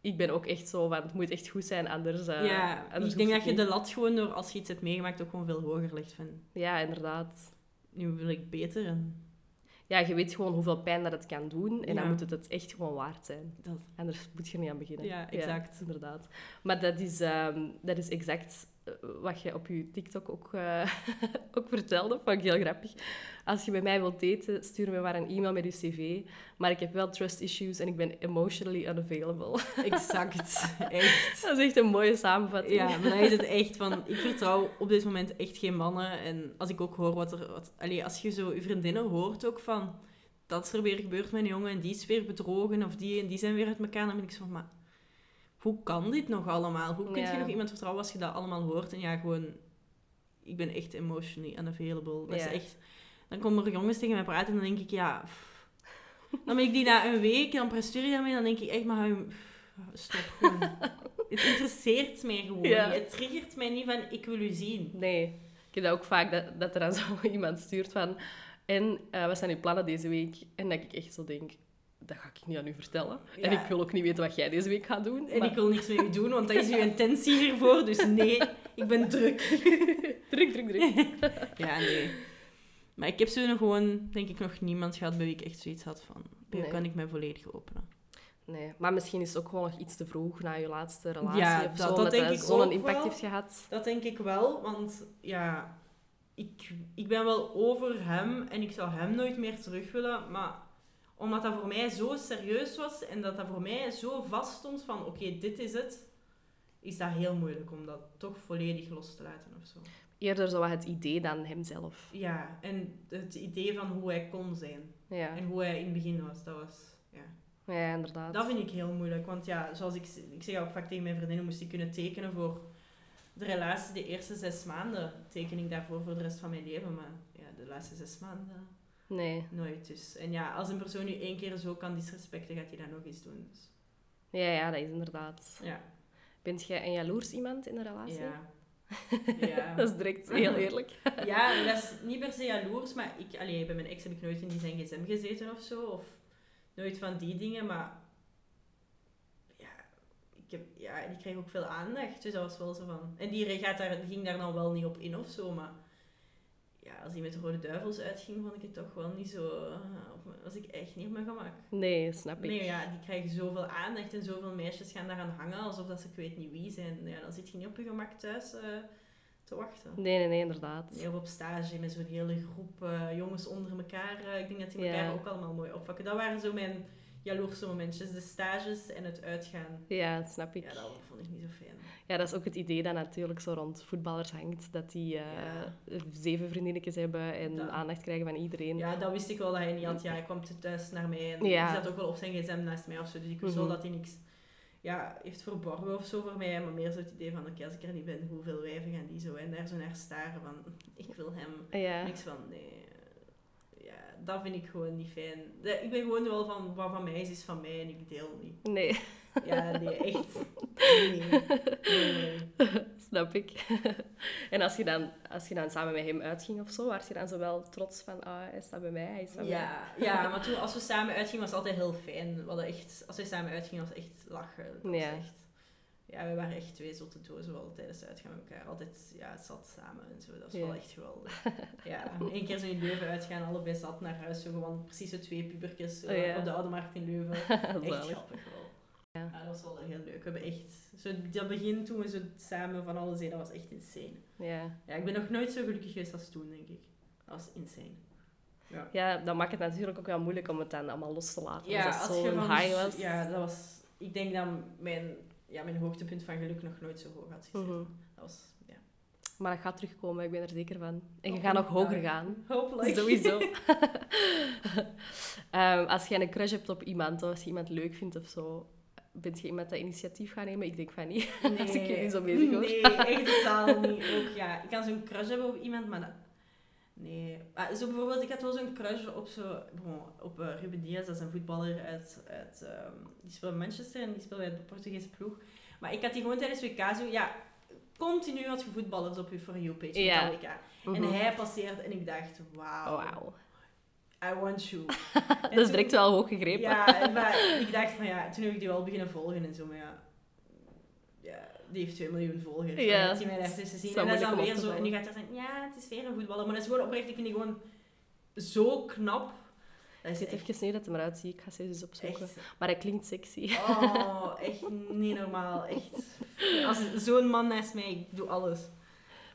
Speaker 3: ik ben ook echt zo van, het moet echt goed zijn, anders... eh,
Speaker 2: ja,
Speaker 3: anders
Speaker 2: ik denk
Speaker 3: hoef
Speaker 2: dat je de
Speaker 3: het
Speaker 2: lat gewoon door, als je iets hebt meegemaakt, ook gewoon veel hoger legt. Van,
Speaker 3: niet. Ja, inderdaad.
Speaker 2: nu wil ik beter en
Speaker 3: Ja, je weet gewoon hoeveel pijn dat het kan doen. En dan
Speaker 2: Ja.
Speaker 3: moet het het echt gewoon waard zijn.
Speaker 2: dat.
Speaker 3: Anders moet je er niet aan beginnen.
Speaker 2: Ja, exact.
Speaker 3: inderdaad. Maar dat is, ehm, dat is exact eh, wat je op je TikTok ook, eh, [LAUGHS] ook vertelde. Vond ik heel grappig. Als je bij mij wilt daten, stuur me maar een e-mail met je cv. Maar ik heb wel trust issues en ik ben emotionally unavailable. [LAUGHS]
Speaker 2: [LAUGHS] Exact. [LAUGHS] echt.
Speaker 3: dat is echt een mooie samenvatting.
Speaker 2: Ja, maar dan is
Speaker 3: [LAUGHS]
Speaker 2: het echt van, ik vertrouw op dit moment echt geen mannen. En als ik ook hoor wat er... Wat, allee, als je zo je vriendinnen hoort ook van, dat is er weer gebeurd met een jongen en die is weer bedrogen of die en die zijn weer uit elkaar. Dan ben ik zo van, maar hoe kan dit nog allemaal? Hoe kun
Speaker 3: Ja.
Speaker 2: je nog iemand vertrouwen als je dat allemaal hoort? En ja, gewoon, ik ben echt emotionally unavailable. Dat is
Speaker 3: Ja.
Speaker 2: echt... Dan komen er jongens tegen mij praten en dan denk ik, ja... pff. Dan ben ik die na een week, dan presteer je daarmee, dan denk ik echt, maar hou je, pff, stop
Speaker 3: [LAUGHS]
Speaker 2: gewoon. het interesseert mij gewoon
Speaker 3: Ja.
Speaker 2: niet. Het triggert mij niet van, ik wil u zien.
Speaker 3: Nee. Ik heb dat ook vaak, dat, dat er dan [LAUGHS] zo iemand stuurt van... En eh, wat zijn uw plannen deze week? En dat ik echt zo denk... Dat ga ik niet aan u vertellen. En
Speaker 2: Ja.
Speaker 3: ik wil ook niet weten wat jij deze week gaat doen.
Speaker 2: En
Speaker 3: maar-
Speaker 2: ik wil niks met u doen, want dat is uw intentie hiervoor. Dus nee, ik ben druk.
Speaker 3: Druk, druk, druk.
Speaker 2: Ja, nee. Maar ik heb zo nog gewoon, denk ik, nog niemand gehad bij wie ik echt zoiets had van... Bij wie
Speaker 3: Nee.
Speaker 2: kan ik mij volledig openen?
Speaker 3: Nee, maar misschien is het ook gewoon nog iets te vroeg na je laatste relatie
Speaker 2: Ja,
Speaker 3: of
Speaker 2: dat-
Speaker 3: zo,
Speaker 2: dat
Speaker 3: omdat
Speaker 2: denk
Speaker 3: dat
Speaker 2: ik
Speaker 3: zo'n
Speaker 2: ook
Speaker 3: impact
Speaker 2: wel.
Speaker 3: heeft gehad.
Speaker 2: Dat denk ik wel, want ja... Ik, ik ben wel over hem en ik zou hem nooit meer terug willen, maar omdat dat voor mij zo serieus was en dat dat voor mij zo vast stond van oké, dit is het, is dat heel moeilijk om dat toch volledig los te laten of zo.
Speaker 3: Eerder zo wat het idee dan hemzelf.
Speaker 2: Ja, en het idee van hoe hij kon zijn
Speaker 3: Ja,
Speaker 2: en hoe hij in het begin was, dat was... Ja.
Speaker 3: ja inderdaad.
Speaker 2: Dat vind ik heel moeilijk, want ja, zoals ik, ik zeg ook vaak tegen mijn vriendinnen, moest ik kunnen tekenen voor de relatie de eerste zes maanden. Teken ik daarvoor voor de rest van mijn leven, maar ja, de laatste zes maanden eh,
Speaker 3: Nee.
Speaker 2: nooit dus. En ja, als een persoon nu één keer zo kan disrespecten, gaat hij dat nog eens doen. Dus,
Speaker 3: Ja, ja, dat is inderdaad.
Speaker 2: ja.
Speaker 3: Bent jij een jaloers iemand in een relatie?
Speaker 2: Ja. Ja.
Speaker 3: [LAUGHS] Dat is direct
Speaker 2: [LAUGHS]
Speaker 3: heel eerlijk.
Speaker 2: ja, dat is niet per se jaloers, maar ik, allee, bij mijn ex heb ik nooit in die zijn gsm gezeten of zo, of nooit van die dingen, maar ja, ik heb, ja, die kreeg ook veel aandacht, dus dat was wel zo van. En die gaat daar, die ging daar dan wel niet op in of zo, maar ja, als die met de Rode Duivels uitging, vond ik het toch wel niet zo, eh, op mijn- was ik echt niet op mijn gemak.
Speaker 3: Nee, snap ik.
Speaker 2: Nee, ja, die krijgen zoveel aandacht en zoveel meisjes gaan daaraan hangen, alsof dat ze ik weet niet wie zijn. Ja, dan zit je niet op je gemak thuis eh, te wachten.
Speaker 3: Nee, nee, nee, inderdaad.
Speaker 2: Heel op stage met zo'n hele groep eh, jongens onder elkaar. Eh, ik denk dat die elkaar
Speaker 3: Ja.
Speaker 2: ook allemaal mooi opvakken. Dat waren zo mijn jaloerse momentjes. De stages en het uitgaan.
Speaker 3: Ja, snap ik.
Speaker 2: Ja, dat vond ik niet zo fijn.
Speaker 3: Ja, dat is ook het idee dat natuurlijk zo rond voetballers hangt. Dat die eh,
Speaker 2: Ja.
Speaker 3: zeven vriendinnetjes hebben en
Speaker 2: Dat.
Speaker 3: aandacht krijgen van iedereen.
Speaker 2: Ja, dat wist ik wel dat hij niet had. Ja, hij kwam te thuis naar mij en
Speaker 3: Mm. Ja.
Speaker 2: hij zat ook wel op zijn gsm naast mij of zo. Dus ik wist wel
Speaker 3: Mhm.
Speaker 2: dat hij niks ja, heeft verborgen of zo voor mij. Maar meer zo het idee van, oké, als ik er niet ben, hoeveel wijven gaan die zo? En daar zo naar staren van, [LAUGHS] ik wil hem.
Speaker 3: Ja.
Speaker 2: Niks van, nee. Ja, dat vind ik gewoon niet fijn. De- Ik ben gewoon wel van, wat van mij is, is van mij en ik deel niet.
Speaker 3: Nee,
Speaker 2: Ja, nee, echt. Nee. Nee, nee.
Speaker 3: Snap ik. [LAUGHS] en als je, dan, als je dan samen met hem uitging of zo, was je dan zo wel trots van, ah, hij staat bij mij, hij is van mij.
Speaker 2: Ja, ja, maar toen, als we samen uitgingen, was het altijd heel fijn. We hadden echt, als we samen uitgingen, was het echt lachen. Dat was
Speaker 3: Ja.
Speaker 2: echt, ja, we waren echt twee zotte dozen wel tijdens het uitgaan met elkaar. Altijd ja, zat samen en zo. Dat was
Speaker 3: Ja.
Speaker 2: wel echt geweldig. Ja, één keer zo in Leuven uitgaan, allebei zat naar huis. Zo gewoon precies de twee pubertjes zo,
Speaker 3: Oh, ja.
Speaker 2: op de Oude Markt in Leuven.
Speaker 3: [LAUGHS]
Speaker 2: Echt
Speaker 3: Zalig.
Speaker 2: grappig wel.
Speaker 3: Ja.
Speaker 2: Ja. dat was wel heel leuk. We hebben echt... Zo, dat begin toen we zo samen van alles deden, dat was echt insane.
Speaker 3: Ja.
Speaker 2: Ja, ik ben nog nooit zo gelukkig geweest als toen, denk ik. Dat was insane.
Speaker 3: ja, dat maakt het natuurlijk ook wel moeilijk om het dan allemaal los te laten. als het zo'n high was.
Speaker 2: Ja, dat was... Ik denk dat mijn, ja, mijn hoogtepunt van geluk nog nooit zo hoog had gezeten.
Speaker 3: Mhm.
Speaker 2: Dat was... Ja.
Speaker 3: Maar dat gaat terugkomen, ik ben er zeker van. En je
Speaker 2: Oh,
Speaker 3: gaat nog
Speaker 2: dank.
Speaker 3: hoger gaan.
Speaker 2: Hopelijk. [LAUGHS]
Speaker 3: Sowieso. [LAUGHS] Ehm, als jij een crush hebt op iemand, of als je iemand leuk vindt of zo, bent je iemand dat initiatief gaat nemen? Ik denk van niet. Als ik jullie zo bezig hoor.
Speaker 2: Nee,
Speaker 3: [LAUGHS]
Speaker 2: echt totaal niet. Ook, ja, ik kan zo'n crush hebben op iemand, maar dat... Nee. Maar zo bijvoorbeeld, ik had wel zo'n crush op, zo, bon, op eh, Ruben Diaz, dat is een voetballer uit... uit ehm, die speelt bij Manchester en die speelt bij de Portugese ploeg. Maar ik had die gewoon tijdens WK zo... Ja, continu had je voetballers op je For You-page
Speaker 3: Ja.
Speaker 2: met dat WK.
Speaker 3: Mhm. Oh,
Speaker 2: En hij passeert en ik dacht, wauw,
Speaker 3: Wauw.
Speaker 2: I want
Speaker 3: [LAUGHS]
Speaker 2: you.
Speaker 3: Dat is direct wel hoog gegrepen.
Speaker 2: Ja, en maar ik dacht van ja, toen heb ik die wel beginnen volgen en zo, maar ja, ja die heeft 2 miljoen volgers.
Speaker 3: Ja,
Speaker 2: Ja, dat die mij daar tussen
Speaker 3: het
Speaker 2: zien.
Speaker 3: is
Speaker 2: En dat is
Speaker 3: wel
Speaker 2: dan
Speaker 3: moeilijk
Speaker 2: weer zo,
Speaker 3: om op te
Speaker 2: en nu gaat hij zeggen, ja, het is weer een voetballer, maar dat is gewoon oprecht, ik vind die gewoon zo knap. Dat is
Speaker 3: Zit
Speaker 2: echt,
Speaker 3: even neer dat hij eruit ziet. Ik ga ze eens opzoeken.
Speaker 2: echt,
Speaker 3: Maar hij klinkt sexy.
Speaker 2: oh, echt niet normaal, echt. Als zo'n man naast mij, ik doe alles.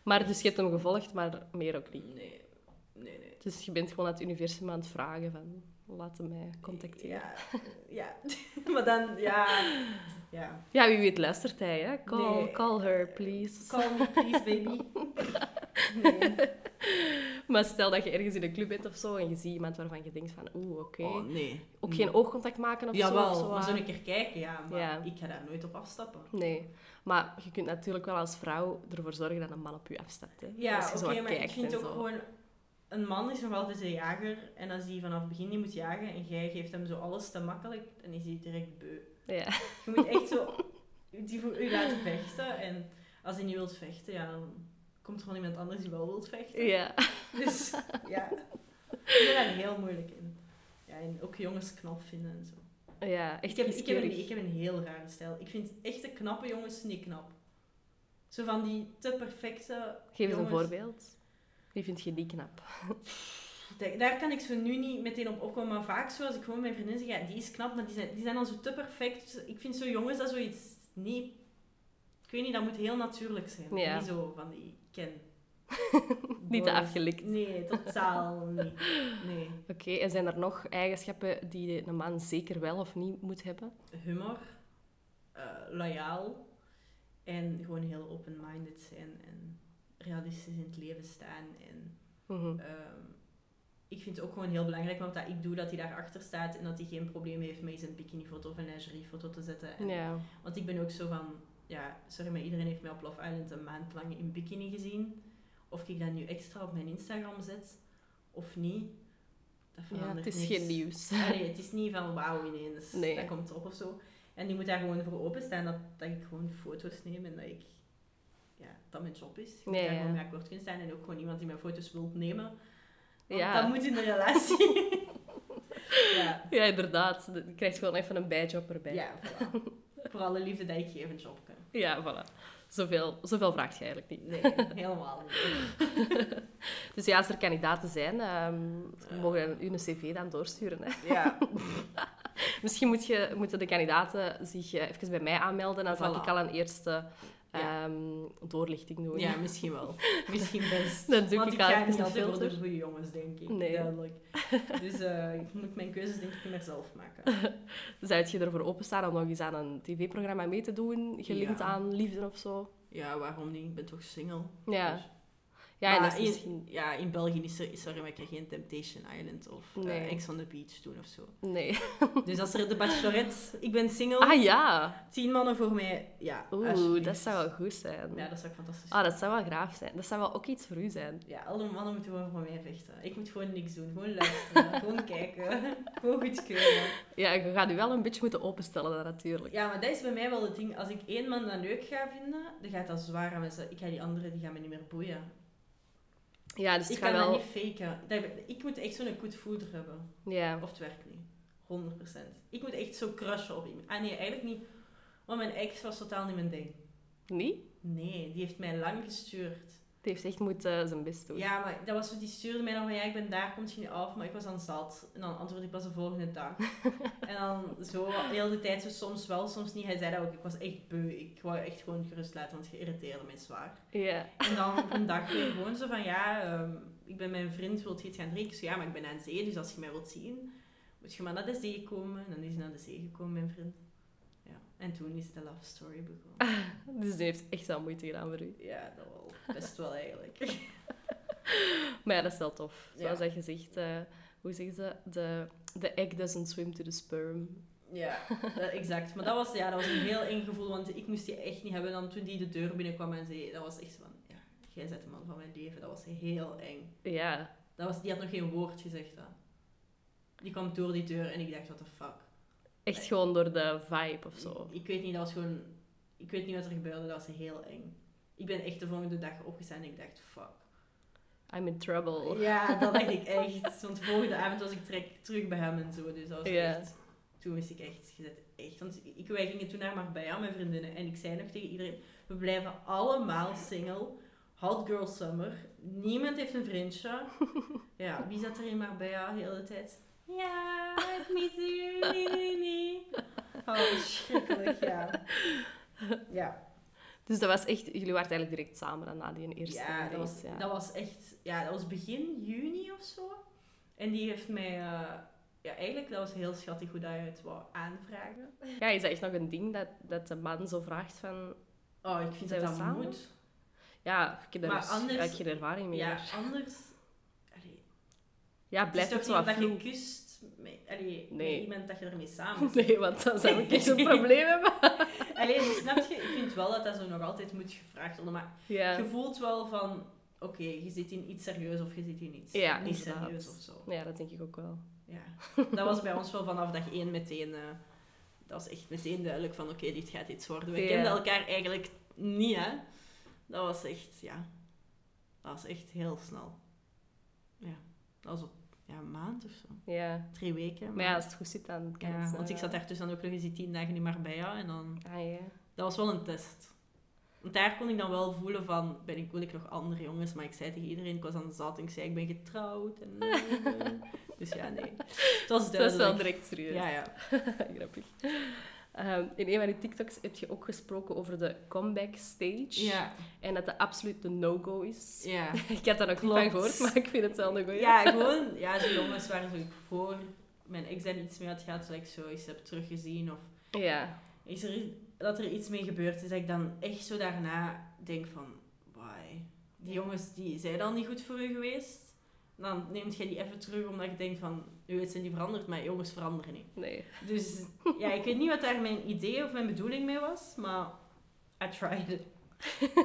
Speaker 3: Maar dus je hebt hem gevolgd, maar meer ook niet.
Speaker 2: Nee, nee, nee.
Speaker 3: Dus je bent gewoon aan het universum aan het vragen van... Laat hem mij contacteren. Ja,
Speaker 2: Ja, ja. [LAUGHS] maar dan, ja, ja.
Speaker 3: wie weet luistert hij, hè? Call,
Speaker 2: Nee.
Speaker 3: call her, please.
Speaker 2: Call me please, baby. Nee.
Speaker 3: Maar stel dat je ergens in een club bent of zo en je ziet iemand waarvan je denkt van... Oeh, oké.
Speaker 2: nee.
Speaker 3: Ook geen oogcontact maken of zo. of
Speaker 2: Oh, mm. Jawel,
Speaker 3: zo,
Speaker 2: maar
Speaker 3: hè?
Speaker 2: zo'n keer kijken, ja. Maar
Speaker 3: Ja.
Speaker 2: ik ga daar nooit op afstappen.
Speaker 3: Nee. Maar je kunt natuurlijk wel als vrouw ervoor zorgen dat een man op je afstapt, hè? Als
Speaker 2: Ja,
Speaker 3: je
Speaker 2: oké,
Speaker 3: zo wat
Speaker 2: maar ik
Speaker 3: kijkt
Speaker 2: vind
Speaker 3: en
Speaker 2: ook
Speaker 3: zo.
Speaker 2: gewoon... Een man is nog altijd een jager. En als hij vanaf het begin niet moet jagen en jij geeft hem zo alles te makkelijk, dan is hij direct beu.
Speaker 3: Ja. [LAUGHS]
Speaker 2: Je moet echt zo [LAUGHS] die voor u laten vechten. En als hij niet wilt vechten, ja, dan komt er gewoon iemand anders die wel wilt vechten.
Speaker 3: ja.
Speaker 2: Dus ja, ik ben daar heel moeilijk in. Ja, en ook jongens knap vinden en zo.
Speaker 3: Ja,
Speaker 2: Ik heb, ik,
Speaker 3: echt
Speaker 2: heb een,
Speaker 3: kieskeurig.
Speaker 2: ik heb een heel rare stijl. Ik vind echte knappe jongens niet knap. Zo van die te perfecte
Speaker 3: Geef eens een
Speaker 2: jongens.
Speaker 3: voorbeeld. Wie vind je die knap?
Speaker 2: Da- Daar kan ik zo nu niet meteen op opkomen. Maar vaak zo, als ik gewoon met mijn vriendin zeg, ja, die is knap, maar die zijn, die zijn dan zo te perfect. Dus Ik vind zo jongens dat zoiets niet... Ik weet niet, dat moet heel natuurlijk zijn.
Speaker 3: Ja.
Speaker 2: Niet zo van die ken.
Speaker 3: [LAUGHS] Niet te
Speaker 2: Boys.
Speaker 3: afgelikt.
Speaker 2: Nee, totaal niet. Nee.
Speaker 3: Oké, en zijn er nog eigenschappen die een man zeker wel of niet moet hebben?
Speaker 2: Humor. eh, loyaal. En gewoon heel open-minded zijn. En realistisch in het leven staan. En
Speaker 3: Mhm.
Speaker 2: Ehm, ik vind het ook gewoon heel belangrijk wat dat ik doe, dat hij daarachter staat en dat hij geen probleem heeft met zijn bikinifoto of een lingeriefoto te zetten. En-
Speaker 3: Ja.
Speaker 2: Want ik ben ook zo van, ja, sorry, maar iedereen heeft mij op Love Island een maand lang in bikini gezien. Of ik dat nu extra op mijn Instagram zet of niet, dat
Speaker 3: ja,
Speaker 2: verandert
Speaker 3: het is
Speaker 2: niks.
Speaker 3: geen nieuws.
Speaker 2: Allee, het is niet van wauw ineens,
Speaker 3: Nee.
Speaker 2: dat komt op of zo. En die moet daar gewoon voor openstaan dat, dat ik gewoon foto's neem en dat ik... Ja, dat mijn job is. Ik moet
Speaker 3: Ja,
Speaker 2: daar
Speaker 3: ja.
Speaker 2: gewoon mee akkoord kunnen staan. En ook gewoon iemand die mijn foto's wil nemen. Want
Speaker 3: Ja.
Speaker 2: dat moet in de relatie.
Speaker 3: [LAUGHS]
Speaker 2: ja.
Speaker 3: Ja, inderdaad. Je krijgt gewoon even een bijjob erbij.
Speaker 2: Ja, voilà. Voor alle liefde dat ik geef een jobke.
Speaker 3: Ja, voilà. Zoveel, zoveel vraagt je eigenlijk niet.
Speaker 2: Nee, helemaal niet.
Speaker 3: Dus ja, als er kandidaten zijn, ehm mogen u een cv dan doorsturen. Hè?
Speaker 2: Ja.
Speaker 3: Misschien moet je, moeten de kandidaten zich eh, even bij mij aanmelden. Dan zal
Speaker 2: Voilà.
Speaker 3: ik al een eerste
Speaker 2: Ja.
Speaker 3: ehm, doorlichting doen.
Speaker 2: ja, misschien wel. Misschien best.
Speaker 3: Dan doe
Speaker 2: Want
Speaker 3: ik
Speaker 2: ik
Speaker 3: al
Speaker 2: ga
Speaker 3: even
Speaker 2: niet
Speaker 3: een
Speaker 2: altijd voor de
Speaker 3: filter.
Speaker 2: goede jongens, denk ik.
Speaker 3: Nee.
Speaker 2: Duidelijk. Dus eh, ik moet mijn keuzes denk ik meer zelf maken.
Speaker 3: Zou je ervoor openstaan om nog eens aan een tv-programma mee te doen? Gelinkt
Speaker 2: Ja.
Speaker 3: aan liefde of zo?
Speaker 2: Ja, waarom niet? Ik ben toch single.
Speaker 3: Ja.
Speaker 2: Dus-
Speaker 3: Ja, en
Speaker 2: Maar
Speaker 3: dat is
Speaker 2: in,
Speaker 3: misschien...
Speaker 2: ja, in België is er, sorry, maar ik krijg geen Temptation Island of eh,
Speaker 3: Nee.
Speaker 2: Ex on the Beach doen of zo. [LAUGHS]
Speaker 3: Nee.
Speaker 2: Dus als er de Bachelorette, ik ben single,
Speaker 3: Ah ja!
Speaker 2: tien mannen voor mij, ja.
Speaker 3: Oeh,
Speaker 2: alsjeblieft.
Speaker 3: dat zou wel goed zijn.
Speaker 2: Ja, dat zou ik fantastisch
Speaker 3: Ah, dat zou wel graaf zijn. Dat zou wel ook iets voor u zijn.
Speaker 2: Ja, alle mannen moeten gewoon voor mij vechten. Ik moet gewoon niks doen. Gewoon luisteren. [LAUGHS] gewoon kijken. [LAUGHS] Gewoon goedkeuren.
Speaker 3: Ja, je gaat u wel een beetje moeten openstellen dan natuurlijk.
Speaker 2: Ja, maar dat is bij mij wel het ding. Als ik één man dan leuk ga vinden, dan gaat dat zwaar aan mensen. Ik ga die anderen, die gaan me niet meer boeien.
Speaker 3: Ja, dus het
Speaker 2: ik
Speaker 3: gaat
Speaker 2: kan
Speaker 3: wel...
Speaker 2: dat niet faken. Dat- Ik moet echt zo'n goed voeder hebben.
Speaker 3: Ja.
Speaker 2: Of het werkt niet. 100%. Ik moet echt zo crushen op iemand. Ah nee, eigenlijk niet. Want mijn ex was totaal niet mijn ding.
Speaker 3: Niet?
Speaker 2: Nee, die heeft mij lang gestuurd.
Speaker 3: Die heeft echt moeten eh, zijn best doen.
Speaker 2: Ja, maar dat was zo, die stuurde mij dan van ja, ik ben daar, komt je niet af, maar ik was dan zat. En dan antwoordde ik pas de volgende dag. en dan zo, de hele tijd, zo, soms wel, soms niet. Hij zei dat ook, ik was echt beu. Ik wou echt gewoon gerust laten, want het irriteerde mij zwaar.
Speaker 3: Ja.
Speaker 2: En dan op een dag weer gewoon zo van ja, ehm, ik ben mijn vriend, wilt je iets gaan drinken? Ik zei ja, maar ik ben aan zee, dus als je mij wilt zien, moet je maar naar de zee komen. En dan is hij naar de zee gekomen, mijn vriend. Ja. En toen is de love story begonnen.
Speaker 3: Dus die heeft echt wel moeite gedaan voor u.
Speaker 2: Ja, dat wel. Best wel eigenlijk.
Speaker 3: Maar ja, dat is wel tof.
Speaker 2: Ja.
Speaker 3: Zoals dat gezegd... eh, hoe zeg je dat? The, the egg doesn't swim to the sperm.
Speaker 2: Ja, dat- exact. Maar dat was, ja, dat was een heel eng gevoel, want ik moest die echt niet hebben. Dan toen die de deur binnenkwam en zei, dat was echt zo van, ja, jij bent de man van mijn leven. Dat was heel eng.
Speaker 3: Ja.
Speaker 2: Dat was, die had nog geen woord gezegd. Hè. Die kwam door die deur en ik dacht, what the fuck. Nee.
Speaker 3: Echt
Speaker 2: Mm.
Speaker 3: gewoon door de vibe of zo.
Speaker 2: Ik, ik weet niet, dat was gewoon, ik weet niet wat er gebeurde, dat was heel eng. Ik ben echt de volgende dag opgestaan en ik dacht, fuck.
Speaker 3: I'm in trouble.
Speaker 2: Ja, dat dacht ik echt. Want de volgende avond was ik trek, terug bij hem en zo. Dus dat was
Speaker 3: Ja.
Speaker 2: echt... Toen wist ik echt, je zet echt... Want ik, wij gingen toen naar Marbella, mijn vriendinnen. En ik zei nog tegen iedereen, we blijven allemaal single. Hot girl summer. Niemand heeft een vriendje. Ja, wie zat er in Marbella de hele tijd? Ja, ik meet u. Nee, nee, nee. Oh, schrikkelijk, ja. Ja.
Speaker 3: Dus dat was echt... Jullie waren eigenlijk direct samen dan na die eerste
Speaker 2: Ja,
Speaker 3: date,
Speaker 2: dat was,
Speaker 3: ja.
Speaker 2: dat was echt... Ja, dat was begin juni of zo. En die heeft mij... eh, ja, eigenlijk, dat was heel schattig hoe dat je het wou aanvragen.
Speaker 3: Ja, is dat echt nog een ding dat, dat de man zo vraagt van...
Speaker 2: Oh, ik vind
Speaker 3: Zijn
Speaker 2: dat
Speaker 3: we
Speaker 2: dat
Speaker 3: samen?
Speaker 2: moet.
Speaker 3: Ja, ik heb daar
Speaker 2: Maar
Speaker 3: dus
Speaker 2: anders-
Speaker 3: eigenlijk geen ervaring mee.
Speaker 2: Ja,
Speaker 3: maar-
Speaker 2: anders... Allee,
Speaker 3: Ja,
Speaker 2: het is
Speaker 3: blijft
Speaker 2: toch
Speaker 3: het zo
Speaker 2: iemand
Speaker 3: wat
Speaker 2: dat je
Speaker 3: vloek?
Speaker 2: kust met, allee,
Speaker 3: Nee.
Speaker 2: met iemand dat je ermee
Speaker 3: [LAUGHS]
Speaker 2: samen bent.
Speaker 3: Nee, want dan zou ik echt
Speaker 2: [LAUGHS]
Speaker 3: een probleem hebben.
Speaker 2: Allee, dus snap je? Ik vind wel dat dat zo nog altijd moet gevraagd worden. Maar
Speaker 3: Ja.
Speaker 2: je voelt wel van... Oké, je zit in iets serieus of je zit in iets
Speaker 3: Ja,
Speaker 2: niet
Speaker 3: inderdaad.
Speaker 2: serieus of zo.
Speaker 3: ja, dat denk ik ook wel.
Speaker 2: Ja, dat was bij ons wel vanaf dag één meteen eh, dat was echt meteen duidelijk van, oké, dit gaat iets worden. We
Speaker 3: Ja.
Speaker 2: kenden elkaar eigenlijk niet, hè. Dat was echt, ja... Dat was echt heel snel. Ja, dat was op ja, een maand of zo.
Speaker 3: Ja.
Speaker 2: Drie weken.
Speaker 3: Maar ja, als het goed zit, dan kan
Speaker 2: Ja,
Speaker 3: het snel
Speaker 2: want ik zat
Speaker 3: gaan.
Speaker 2: daar tussen ook nog eens die tien dagen niet meer bij jou. En dan...
Speaker 3: Ah, ja.
Speaker 2: Dat was wel een test. Want daar kon ik dan wel voelen van, ben ik, wil ik nog andere jongens? Maar ik zei tegen iedereen, ik was aan de zat en ik zei, ik ben getrouwd.
Speaker 3: [LAUGHS]
Speaker 2: En, eh, dus ja, nee. Het was
Speaker 3: Dat is wel
Speaker 2: duidelijk.
Speaker 3: direct serieus.
Speaker 2: ja, ja.
Speaker 3: [LAUGHS] Grappig. Ehm, in een van die TikToks heb je ook gesproken over de comeback stage.
Speaker 2: Ja,
Speaker 3: En dat dat absoluut een no-go is.
Speaker 2: ja.
Speaker 3: [LAUGHS] Ik had daar nog niet
Speaker 2: Klopt.
Speaker 3: van gehoord, maar ik vind het wel een goeie.
Speaker 2: Ja, gewoon, ja, die jongens waar zo ik voor mijn ex daar iets mee had gehad, dat ik zo iets heb teruggezien of
Speaker 3: Ja.
Speaker 2: is er, i- dat er iets mee gebeurd is, dat ik dan echt zo daarna denk van, why? Die jongens, die zijn dan niet goed voor u geweest. Dan neemt jij die even terug, omdat je denkt van, u weet, zijn die veranderd, maar jongens veranderen niet.
Speaker 3: Nee.
Speaker 2: Dus ja, ik weet niet wat daar mijn idee of mijn bedoeling mee was, maar I tried it.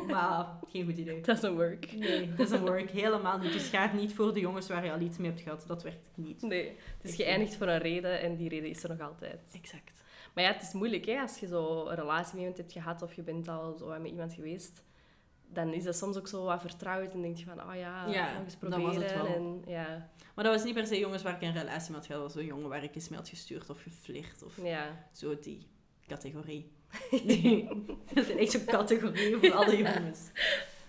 Speaker 2: Maar geen goed idee.
Speaker 3: Doesn't work.
Speaker 2: Nee, dat is een work. Helemaal niet. Dus ga het niet voor de jongens waar je al iets mee hebt gehad. Dat werkt niet.
Speaker 3: Nee. Het is
Speaker 2: Ik-
Speaker 3: geëindigd voor een reden en die reden is er nog altijd.
Speaker 2: Exact.
Speaker 3: Maar ja, het is moeilijk hè. Als je zo een relatie met iemand hebt gehad of je bent al zo wat met iemand geweest, dan is dat soms ook zo wat vertrouwd en denk je van, oh
Speaker 2: Ja,
Speaker 3: ja, nog eens
Speaker 2: dan was
Speaker 3: proberen.
Speaker 2: het wel.
Speaker 3: En, ja.
Speaker 2: Maar dat was niet per se jongens waar ik een relatie mee had gehad. Dat was een jongen waar ik eens mee had gestuurd of geflirt of
Speaker 3: ja.
Speaker 2: zo die categorie. [LAUGHS] Nee, dat zijn echt zo'n categorie van alle jongens.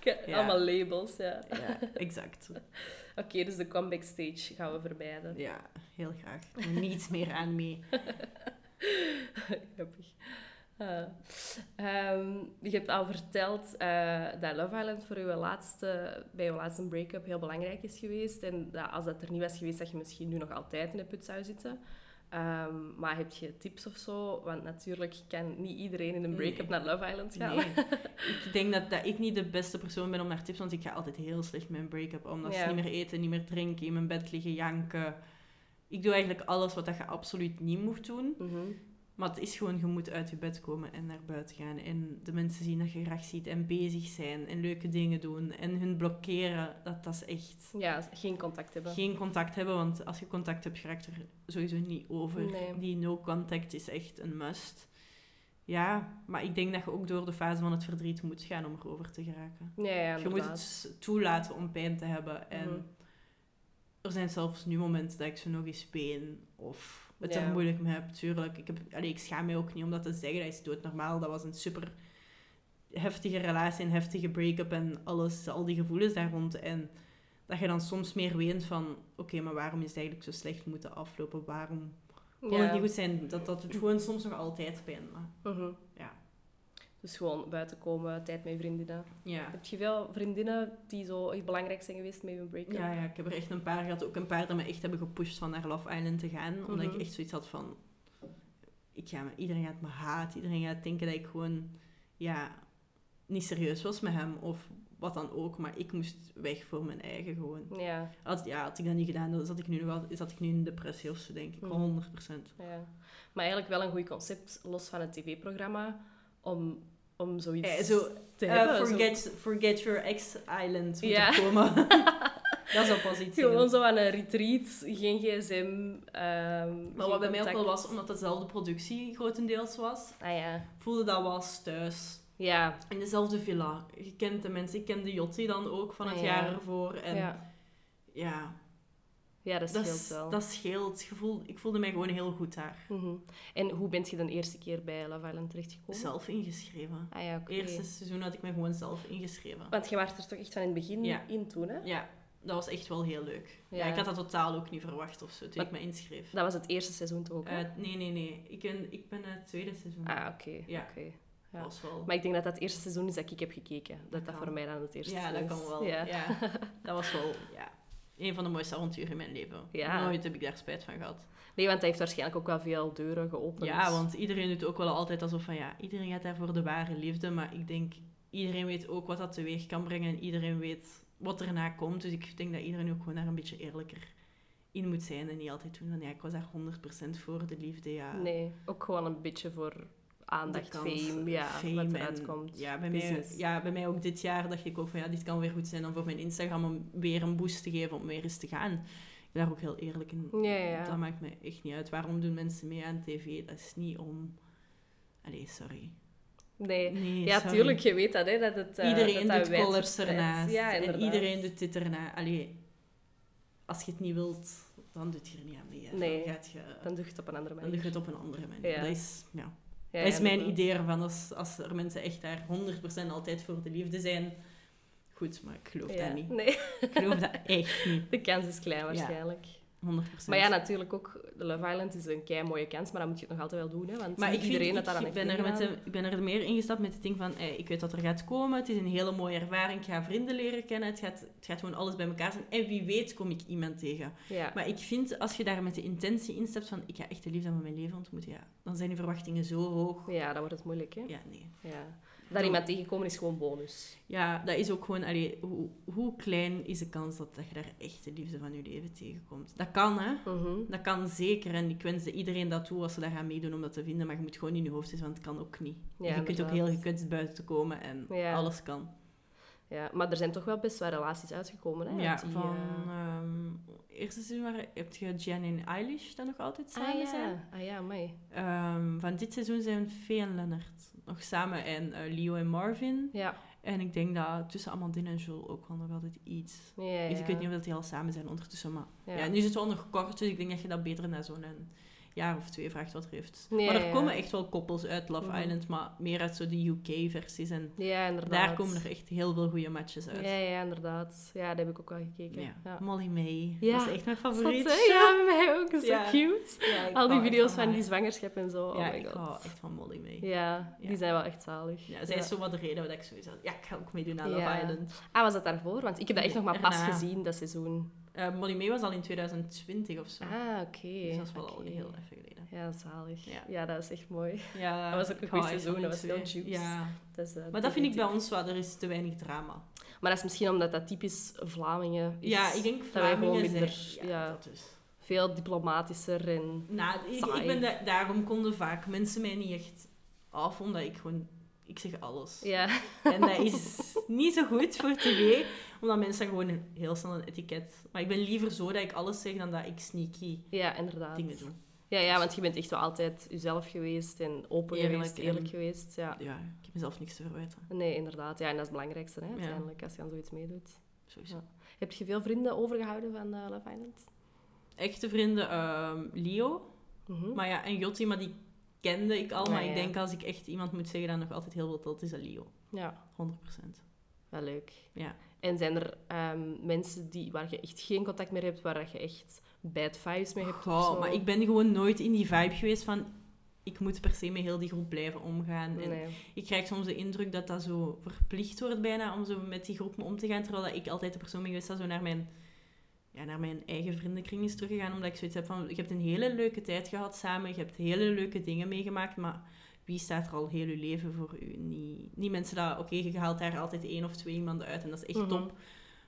Speaker 2: Ja.
Speaker 3: Allemaal labels, ja.
Speaker 2: Ja, exact.
Speaker 3: Oké, dus de comeback stage gaan we vermijden.
Speaker 2: Ja, heel graag. Ik doe Niets meer aan mee.
Speaker 3: Grappig. Ah. Ehm, je hebt al verteld eh, dat Love Island voor je laatste, bij je laatste break-up heel belangrijk is geweest. En dat als dat er niet was geweest, dat je misschien nu nog altijd in de put zou zitten. Ehm, maar heb je tips of zo? Want natuurlijk kan niet iedereen in een break-up
Speaker 2: Nee.
Speaker 3: naar Love Island gaan.
Speaker 2: Nee. Ik denk dat, dat ik niet de beste persoon ben om naar tips, want ik ga altijd heel slecht met een break-up om. Dat is
Speaker 3: Ja.
Speaker 2: niet meer eten, niet meer drinken, in mijn bed liggen janken. Ik doe eigenlijk alles wat dat je absoluut niet moet doen.
Speaker 3: [LAUGHS] Mhm.
Speaker 2: Maar het is gewoon, je moet uit je bed komen en naar buiten gaan. En de mensen zien dat je graag ziet en bezig zijn en leuke dingen doen. En hun blokkeren, dat, dat is echt...
Speaker 3: Ja, geen contact hebben.
Speaker 2: Geen contact hebben, want als je contact hebt, raakt er sowieso niet over.
Speaker 3: Nee.
Speaker 2: Die no contact is echt een must. Ja, maar ik denk dat je ook door de fase van het verdriet moet gaan om erover te geraken.
Speaker 3: Ja, ja,
Speaker 2: Dus je moet
Speaker 3: inderdaad.
Speaker 2: het toelaten om pijn te hebben. En
Speaker 3: Mhm.
Speaker 2: er zijn zelfs nu momenten dat ik ze nog eens pijn of het
Speaker 3: Ja.
Speaker 2: er moeilijk mee heb. Tuurlijk, ik, heb, allee, ik schaam me ook niet om dat te zeggen. Dat is doodnormaal. Dat was een super heftige relatie, een heftige break-up en alles, al die gevoelens daar rond. En dat je dan soms meer weent van, oké, maar waarom is het eigenlijk zo slecht moeten aflopen? Waarom kon
Speaker 3: Ja.
Speaker 2: het niet goed zijn? Dat, dat doet gewoon soms nog altijd pijn. Maar,
Speaker 3: Mhm.
Speaker 2: Ja.
Speaker 3: Dus gewoon buiten komen, tijd met je vriendinnen.
Speaker 2: ja.
Speaker 3: Heb je veel vriendinnen die zo echt belangrijk zijn geweest met hun break-up?
Speaker 2: Ja, ja, ik heb er echt een paar gehad. Ook een paar dat me echt hebben gepusht van naar Love Island te gaan. Omdat
Speaker 3: Mhm.
Speaker 2: ik echt zoiets had van... Ik ga me, iedereen gaat me haat. Iedereen gaat denken dat ik gewoon... Ja, niet serieus was met hem. Of wat dan ook. Maar ik moest weg voor mijn eigen gewoon.
Speaker 3: Ja,
Speaker 2: Had, ja, had ik dat niet gedaan, dan zat ik nu, nog al, zat ik nu in een depressie of zo, denk ik.
Speaker 3: Mhm.
Speaker 2: 100%.
Speaker 3: ja. Maar eigenlijk wel een goed concept, los van het tv-programma, om, om zoiets
Speaker 2: Eh, zo,
Speaker 3: te
Speaker 2: eh,
Speaker 3: hebben.
Speaker 2: forget, forget your ex-island moet
Speaker 3: Ja.
Speaker 2: er
Speaker 3: [LAUGHS]
Speaker 2: komen. dat zou pas iets
Speaker 3: Zo.
Speaker 2: zijn.
Speaker 3: Gewoon zo aan een retreat, geen gsm. ehm,
Speaker 2: Maar
Speaker 3: geen
Speaker 2: wat bij mij ook wel
Speaker 3: contact.
Speaker 2: was, omdat dezelfde productie grotendeels was,
Speaker 3: Ah ja.
Speaker 2: voelde dat wel als thuis.
Speaker 3: Ja.
Speaker 2: In dezelfde villa. Je kent de mensen. Ik ken de Jotti dan ook van het
Speaker 3: Ah, ja.
Speaker 2: jaar ervoor. En ja,
Speaker 3: ja. Ja, dat
Speaker 2: dat,
Speaker 3: scheelt
Speaker 2: is-
Speaker 3: wel.
Speaker 2: dat scheelt. Je voel- ik voelde mij gewoon heel goed daar.
Speaker 3: Mhm. En hoe bent je dan de eerste keer bij Love Island terechtgekomen?
Speaker 2: Zelf ingeschreven.
Speaker 3: Ah ja, oké.
Speaker 2: Eerste seizoen had ik mij gewoon zelf ingeschreven.
Speaker 3: Want je was er toch echt van in het begin
Speaker 2: Ja.
Speaker 3: in toen, hè?
Speaker 2: Ja, dat was echt wel heel leuk. Ja.
Speaker 3: Ja.
Speaker 2: ik had dat totaal ook niet verwacht of zo, toen
Speaker 3: Wat-
Speaker 2: ik me inschreef.
Speaker 3: Dat was het eerste seizoen toch ook, hè?
Speaker 2: Eh, nee, nee, nee. Ik ben, ik ben het tweede seizoen.
Speaker 3: ah, oké.
Speaker 2: Eh, Ja.
Speaker 3: oké. ja.
Speaker 2: Dat was wel...
Speaker 3: Maar ik denk dat dat het eerste seizoen is dat ik heb gekeken. Dat dat,
Speaker 2: kan.
Speaker 3: voor mij dan het eerste
Speaker 2: Ja,
Speaker 3: seizoen
Speaker 2: dat
Speaker 3: is.
Speaker 2: kan wel. Ja.
Speaker 3: Ja. [LAUGHS]
Speaker 2: Dat was wel, ja. Een van de mooiste avonturen in mijn leven.
Speaker 3: Ja.
Speaker 2: Nooit heb ik daar spijt van gehad.
Speaker 3: Nee, want hij heeft waarschijnlijk ook wel veel deuren geopend.
Speaker 2: Ja, want iedereen doet ook wel altijd alsof van ja, iedereen gaat daar voor de ware liefde. Maar ik denk, iedereen weet ook wat dat teweeg kan brengen. En iedereen weet wat erna komt. Dus ik denk dat iedereen ook gewoon daar een beetje eerlijker in moet zijn. En niet altijd doen van ja, ik was daar 100% voor de liefde. Ja,
Speaker 3: Nee, ook gewoon een beetje voor
Speaker 2: De
Speaker 3: aandacht,
Speaker 2: kans,
Speaker 3: fame, ja,
Speaker 2: fame
Speaker 3: wat
Speaker 2: en-
Speaker 3: eruit komt.
Speaker 2: Ja bij, mij,
Speaker 3: Business.
Speaker 2: ja, bij mij ook dit jaar dacht ik ook van ja, dit kan weer goed zijn dan voor mijn Instagram om weer een boost te geven om weer eens te gaan. ben daar ook heel eerlijk in.
Speaker 3: Ja, ja.
Speaker 2: Dat maakt me echt niet uit. Waarom doen mensen mee aan tv? Dat is niet om... Allee, sorry.
Speaker 3: Nee.
Speaker 2: Nee,
Speaker 3: Ja,
Speaker 2: sorry.
Speaker 3: tuurlijk, je weet dat, hè. Dat het, eh,
Speaker 2: iedereen
Speaker 3: dat
Speaker 2: doet
Speaker 3: dat
Speaker 2: collabs
Speaker 3: wijdverspreid-
Speaker 2: ernaast.
Speaker 3: Ja,
Speaker 2: en
Speaker 3: inderdaad.
Speaker 2: iedereen doet dit erna. Allee, als je het niet wilt, dan doet je er niet aan mee. hè.
Speaker 3: Nee.
Speaker 2: Dan, gaat je,
Speaker 3: Dan doe je het op een andere
Speaker 2: dan
Speaker 3: manier.
Speaker 2: doe je het op een andere manier.
Speaker 3: Ja.
Speaker 2: Dat is, ja.
Speaker 3: Ja,
Speaker 2: dat is
Speaker 3: ja,
Speaker 2: mijn
Speaker 3: inderdaad.
Speaker 2: idee ervan. Als, als er mensen echt daar 100% altijd voor de liefde zijn, goed, maar ik geloof
Speaker 3: Ja.
Speaker 2: dat niet.
Speaker 3: [LAUGHS] Nee,
Speaker 2: Ik geloof dat echt niet. 100%.
Speaker 3: de kans is klein waarschijnlijk. Maar ja, natuurlijk ook, de Love Island is een kei mooie kans, maar dan moet je het nog altijd wel doen, hè. Want
Speaker 2: Maar
Speaker 3: niet
Speaker 2: ik,
Speaker 3: iedereen
Speaker 2: vind,
Speaker 3: dat daar aan
Speaker 2: ik,
Speaker 3: heeft
Speaker 2: ben er met
Speaker 3: meegedaan.
Speaker 2: de, ik ben er meer ingestapt met het ding van, eh, ik weet dat er gaat komen, het is een hele mooie ervaring, ik ga vrienden leren kennen, het gaat, het gaat gewoon alles bij elkaar zijn. En wie weet kom ik iemand tegen.
Speaker 3: Ja.
Speaker 2: Maar ik vind, als je daar met de intentie instapt van, ik ga echt de liefde van mijn leven ontmoeten, ja, dan zijn die verwachtingen zo hoog.
Speaker 3: ja, dan wordt het moeilijk, hè.
Speaker 2: Ja, nee.
Speaker 3: Ja. Daar iemand tegenkomen is gewoon bonus.
Speaker 2: Ja, dat is ook gewoon, allee, hoe, hoe klein is de kans dat, dat je daar echt de liefde van je leven tegenkomt? Dat kan, hè.
Speaker 3: Mhm.
Speaker 2: Dat kan zeker. En ik wens iedereen dat toe als ze daar aan meedoen om dat te vinden. Maar je moet gewoon in je hoofd zitten, want het kan ook niet.
Speaker 3: Ja,
Speaker 2: je kunt ook
Speaker 3: inderdaad.
Speaker 2: heel gekwetst buiten komen en
Speaker 3: Ja.
Speaker 2: alles kan.
Speaker 3: Ja, maar er zijn toch wel best wel relaties uitgekomen, hè.
Speaker 2: Ja,
Speaker 3: uit die,
Speaker 2: van
Speaker 3: eh,
Speaker 2: ehm, eerste seizoen waren, heb je Jan en Eilish dan nog altijd samen
Speaker 3: Ah
Speaker 2: zijn.
Speaker 3: ja, ah, ja mij.
Speaker 2: Ehm, van dit seizoen zijn Fee en Lennart nog samen en eh, Leo en Marvin.
Speaker 3: Ja.
Speaker 2: En ik denk dat tussen Amandine en Jules ook wel nog altijd iets.
Speaker 3: Ja, ja.
Speaker 2: Dus ik weet niet of die al samen zijn ondertussen, maar... Ja.
Speaker 3: Ehm, Ja.
Speaker 2: nu is het wel nog kort, dus ik denk dat je dat beter na zo'n een jaar of twee vraagt wat er heeft.
Speaker 3: Ja,
Speaker 2: maar er
Speaker 3: ja.
Speaker 2: komen echt wel koppels uit Love
Speaker 3: Mhm.
Speaker 2: Island, maar meer uit zo de UK-versies. En
Speaker 3: Ja, inderdaad.
Speaker 2: daar komen er echt heel veel goede matches uit.
Speaker 3: Ja, ja, inderdaad. Ja, daar heb ik ook al gekeken.
Speaker 2: Ja.
Speaker 3: Ja.
Speaker 2: Molly May.
Speaker 3: Ja.
Speaker 2: Dat is echt mijn
Speaker 3: Is dat,
Speaker 2: favoriet.
Speaker 3: eh, ja, bij mij ook. Zo
Speaker 2: Ja.
Speaker 3: cute.
Speaker 2: Ja, ik
Speaker 3: Al die
Speaker 2: hou echt
Speaker 3: video's van
Speaker 2: haar.
Speaker 3: die zwangerschap en zo.
Speaker 2: ja,
Speaker 3: oh my
Speaker 2: ik
Speaker 3: god.
Speaker 2: hou echt van Molly May. Ja.
Speaker 3: Ja, die
Speaker 2: Ja.
Speaker 3: zijn wel echt zalig.
Speaker 2: zij
Speaker 3: Ja.
Speaker 2: is zo wat de reden dat ik zoiets had. Ja, ik ga ook meedoen aan Love
Speaker 3: Ja.
Speaker 2: Island.
Speaker 3: Ah, was dat daarvoor? Want ik heb dat echt nog maar pas
Speaker 2: Erna.
Speaker 3: gezien, dat seizoen.
Speaker 2: Eh, Molly May was al in 2020 of zo.
Speaker 3: Ah, oké.
Speaker 2: dus dat is wel al
Speaker 3: oké.
Speaker 2: heel even geleden.
Speaker 3: Ja, zalig.
Speaker 2: Ja.
Speaker 3: Ja. dat is echt mooi.
Speaker 2: Ja,
Speaker 3: Dat was ook een
Speaker 2: ik
Speaker 3: goed
Speaker 2: hou echt
Speaker 3: seizoen,
Speaker 2: van
Speaker 3: dat
Speaker 2: die
Speaker 3: was heel
Speaker 2: twee.
Speaker 3: juicy.
Speaker 2: Ja.
Speaker 3: Dat is, eh,
Speaker 2: Maar dat vind ik bij
Speaker 3: definitief.
Speaker 2: ons wel, er is te weinig drama.
Speaker 3: Maar dat is misschien omdat dat typisch Vlamingen is.
Speaker 2: Ja, ik denk
Speaker 3: dat wij gewoon
Speaker 2: Vlamingen
Speaker 3: minder...
Speaker 2: zijn.
Speaker 3: ja,
Speaker 2: dat dus.
Speaker 3: veel diplomatischer en...
Speaker 2: Nou, ik, ik
Speaker 3: Saai.
Speaker 2: ben da- daarom konden vaak mensen mij niet echt af, omdat ik gewoon... Ik zeg alles.
Speaker 3: Ja,
Speaker 2: En dat is niet zo goed voor tv, omdat mensen gewoon heel snel een etiket... Maar ik ben liever zo dat ik alles zeg dan dat ik sneaky
Speaker 3: ja inderdaad.
Speaker 2: dingen doe.
Speaker 3: Ja, ja, want je bent echt wel altijd jezelf geweest en open
Speaker 2: Eerlijk
Speaker 3: geweest,
Speaker 2: en-
Speaker 3: eerlijk geweest. Ja.
Speaker 2: Ja, ik heb mezelf niks te verwijten.
Speaker 3: Nee, inderdaad. Ja, en dat is het belangrijkste, hè,
Speaker 2: Ja.
Speaker 3: uiteindelijk, als je aan zoiets meedoet.
Speaker 2: Sowieso.
Speaker 3: Ja. Heb je veel vrienden overgehouden van eh, Love Island?
Speaker 2: Echte vrienden, ehm, Leo
Speaker 3: Mhm.
Speaker 2: maar ja, en Jotti, maar die kende ik al. Maar
Speaker 3: Ja,
Speaker 2: ik
Speaker 3: ja.
Speaker 2: denk als ik echt iemand moet zeggen dat nog altijd heel veel telt, is dat Leo.
Speaker 3: Ja,
Speaker 2: 100%.
Speaker 3: wel leuk.
Speaker 2: Ja.
Speaker 3: En zijn er ehm, mensen die, waar je echt geen contact meer hebt, waar je echt bad vibes mee hebt? of
Speaker 2: Goh,
Speaker 3: zo?
Speaker 2: maar ik ben gewoon nooit in die vibe geweest van... Ik moet per se met heel die groep blijven omgaan. En
Speaker 3: Nee.
Speaker 2: ik krijg soms de indruk dat dat zo verplicht wordt bijna om zo met die groepen om te gaan. Terwijl dat ik altijd de persoon ben geweest dat zo naar mijn, ja, naar mijn eigen vriendenkring is teruggegaan. Omdat ik zoiets heb van, je hebt een hele leuke tijd gehad samen. Je hebt hele leuke dingen meegemaakt. Maar wie staat er al heel je leven voor u? Niet, niet mensen dat, oké, je haalt daar altijd één of twee iemanden uit. En dat is echt
Speaker 3: Mhm.
Speaker 2: top.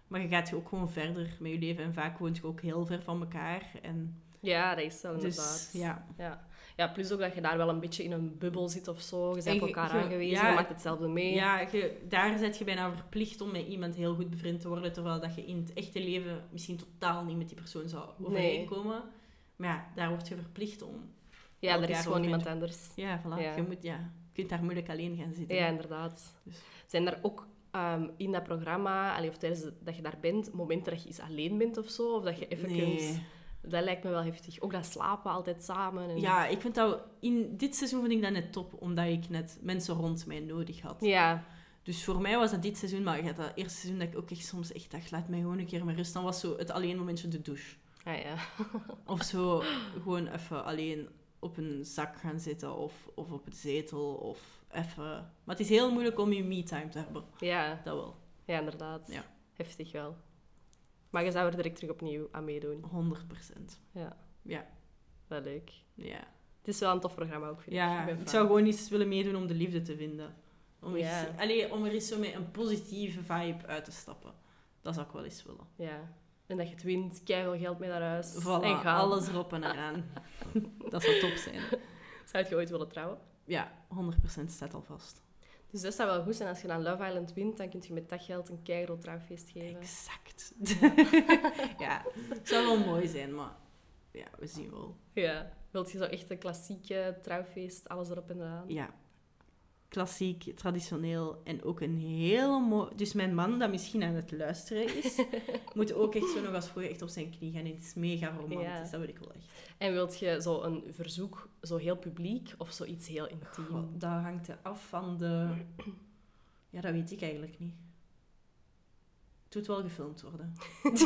Speaker 2: Maar je gaat ook gewoon verder met je leven. En vaak woont je ook heel ver van elkaar. En
Speaker 3: Ja, dat is wel
Speaker 2: dus,
Speaker 3: inderdaad.
Speaker 2: ja.
Speaker 3: Ja. ja, plus ook dat je daar wel een beetje in een bubbel zit of zo. Je
Speaker 2: En
Speaker 3: bent op
Speaker 2: je-
Speaker 3: elkaar
Speaker 2: je-
Speaker 3: aangewezen,
Speaker 2: ja.
Speaker 3: je maakt hetzelfde mee.
Speaker 2: Ja, je- daar zet je bijna verplicht om met iemand heel goed bevriend te worden, terwijl dat je in het echte leven misschien totaal niet met die persoon zou
Speaker 3: Nee.
Speaker 2: overeenkomen. Maar ja, daar word je verplicht om.
Speaker 3: ja er
Speaker 2: elkaar
Speaker 3: is gewoon
Speaker 2: ook
Speaker 3: iemand anders.
Speaker 2: Ja, voilà.
Speaker 3: Ja.
Speaker 2: Je, moet, ja, je kunt daar moeilijk alleen gaan zitten.
Speaker 3: Ja, inderdaad.
Speaker 2: Dus-
Speaker 3: Zijn er ook ehm, in dat programma, allee, of tijdens dat je daar bent, momenten dat je eens alleen bent of zo? Of dat je even kunt...
Speaker 2: Nee.
Speaker 3: Dat lijkt me wel heftig. Ook dat slapen altijd samen. En...
Speaker 2: Ja, ik vind dat... In dit seizoen vind ik dat net top, omdat ik net mensen rond mij nodig had.
Speaker 3: Ja,
Speaker 2: Dus voor mij was dat dit seizoen, maar ja, dat eerste seizoen dat ik ook echt soms echt dacht, laat mij gewoon een keer mijn rust. Dan was zo het alleen momentje de douche.
Speaker 3: ah, ja.
Speaker 2: Of zo gewoon even alleen op een zak gaan zitten of, of op het zetel of even... Maar het is heel moeilijk om je me-time te hebben,
Speaker 3: ja.
Speaker 2: dat wel.
Speaker 3: Ja, inderdaad.
Speaker 2: Ja.
Speaker 3: Heftig wel. Maar je zou er direct terug opnieuw aan meedoen.
Speaker 2: 100%.
Speaker 3: Wel leuk.
Speaker 2: Ja,
Speaker 3: Het is wel een tof programma ook, vind
Speaker 2: ja
Speaker 3: ik. ben
Speaker 2: ik
Speaker 3: fan.
Speaker 2: zou gewoon iets willen meedoen om de liefde te vinden. Om,
Speaker 3: Ja.
Speaker 2: eens, allee, om er eens zo met een positieve vibe uit te stappen. Dat zou ik wel eens willen.
Speaker 3: Ja. En dat je het wint, keihard geld mee naar huis.
Speaker 2: Voilà,
Speaker 3: en gaan.
Speaker 2: alles erop en eraan. dat zou top zijn.
Speaker 3: Zou je ooit willen trouwen?
Speaker 2: Ja, 100% staat al vast.
Speaker 3: Dus dat zou wel goed zijn. Als je dan Love Island wint, dan kun je met dat geld een keigel trouwfeest geven.
Speaker 2: Exact. [LAUGHS] ja, het zou wel mooi zijn, maar ja, we zien wel.
Speaker 3: Ja. Wilt je zo echt een klassieke trouwfeest, alles erop en eraan?
Speaker 2: Ja. Klassiek, traditioneel en ook een heel mooi... Dus mijn man, dat misschien aan het luisteren
Speaker 3: [LAUGHS]
Speaker 2: is, moet ook echt zo nog als vroeger echt op zijn knie gaan. En het is mega romantisch,
Speaker 3: Ja.
Speaker 2: dat wil ik wel echt.
Speaker 3: En wilt je zo een verzoek, zo heel publiek of zoiets heel intiem?
Speaker 2: Goh, dat hangt er af van
Speaker 3: [CLEARS THROAT]
Speaker 2: de... Ja, dat weet ik eigenlijk niet. Het moet wel gefilmd
Speaker 3: [LAUGHS]
Speaker 2: worden.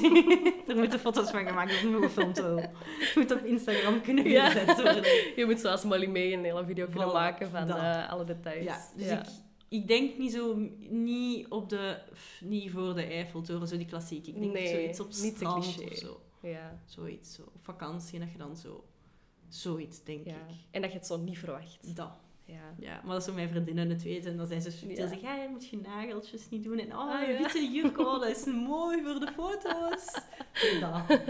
Speaker 2: [LAUGHS] er moeten foto's van gemaakt worden, het moet gefilmd worden. Het moet op Instagram kunnen
Speaker 3: Ja.
Speaker 2: gezet worden.
Speaker 3: Je moet zoals Molly mee een hele video kunnen
Speaker 2: Voilà,
Speaker 3: maken van
Speaker 2: dat.
Speaker 3: eh, alle details.
Speaker 2: Ja, dus Ik, ik denk niet zo... Niet, op de, f- niet voor de Eiffeltoren, zo die klassiek. Ik denk
Speaker 3: Nee,
Speaker 2: zoiets op
Speaker 3: niet te
Speaker 2: strand
Speaker 3: cliché.
Speaker 2: of zo.
Speaker 3: Ja,
Speaker 2: Zoiets, zo. Op vakantie, dat je dan zo... Zoiets, denk
Speaker 3: ja.
Speaker 2: ik.
Speaker 3: En dat je het zo niet verwacht.
Speaker 2: Dat. [LAUGHS]
Speaker 3: Ja.
Speaker 2: Ja, maar als zo mijn vriendinnen het weten, dan zijn ze subtiel.
Speaker 3: Ja.
Speaker 2: Zeg, ja, je moet je nageltjes niet doen. En oh,
Speaker 3: Ah,
Speaker 2: je
Speaker 3: ja.
Speaker 2: witte jurk, oh, dat is mooi voor de
Speaker 3: [LAUGHS]
Speaker 2: foto's. Zo dat.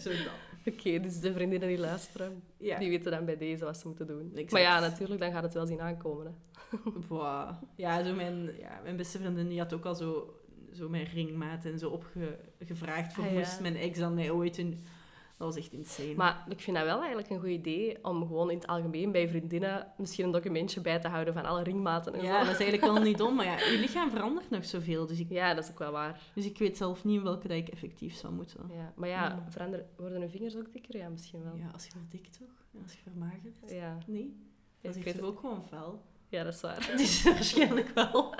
Speaker 2: Zo dat.
Speaker 3: Oké, dus de vriendinnen die luisteren,
Speaker 2: Ja.
Speaker 3: die weten dan bij deze wat ze moeten doen.
Speaker 2: Exact.
Speaker 3: Maar ja, natuurlijk, dan gaat het wel zien aankomen. Hè.
Speaker 2: Boah. Ja, zo mijn, ja, mijn beste vriendin die had ook al zo, zo mijn ringmaat en zo opgevraagd. Voor
Speaker 3: Ah, ja.
Speaker 2: moest mijn ex dan mij ooit een... Dat was echt insane.
Speaker 3: Maar ik vind dat wel eigenlijk een goed idee om gewoon in het algemeen bij vriendinnen misschien een documentje bij te houden van alle ringmaten en
Speaker 2: ja,
Speaker 3: zo.
Speaker 2: dus dat is eigenlijk wel niet dom. Maar ja, je lichaam verandert nog zoveel. Dus ik,
Speaker 3: Ja, dat is ook wel waar.
Speaker 2: dus ik weet zelf niet in welke dat ik effectief zou moeten.
Speaker 3: Ja. Maar ja,
Speaker 2: Ja.
Speaker 3: verander- worden hun vingers ook dikker? Ja, misschien wel. Ja.
Speaker 2: Ja, als je wordt dik toch? En als je vermagert?
Speaker 3: Ja,
Speaker 2: Nee? Dat
Speaker 3: ik
Speaker 2: is
Speaker 3: weet
Speaker 2: echt
Speaker 3: het.
Speaker 2: ook gewoon fel.
Speaker 3: ja dat is waar.
Speaker 2: [LAUGHS]
Speaker 3: [LAUGHS]
Speaker 2: Dus waarschijnlijk wel.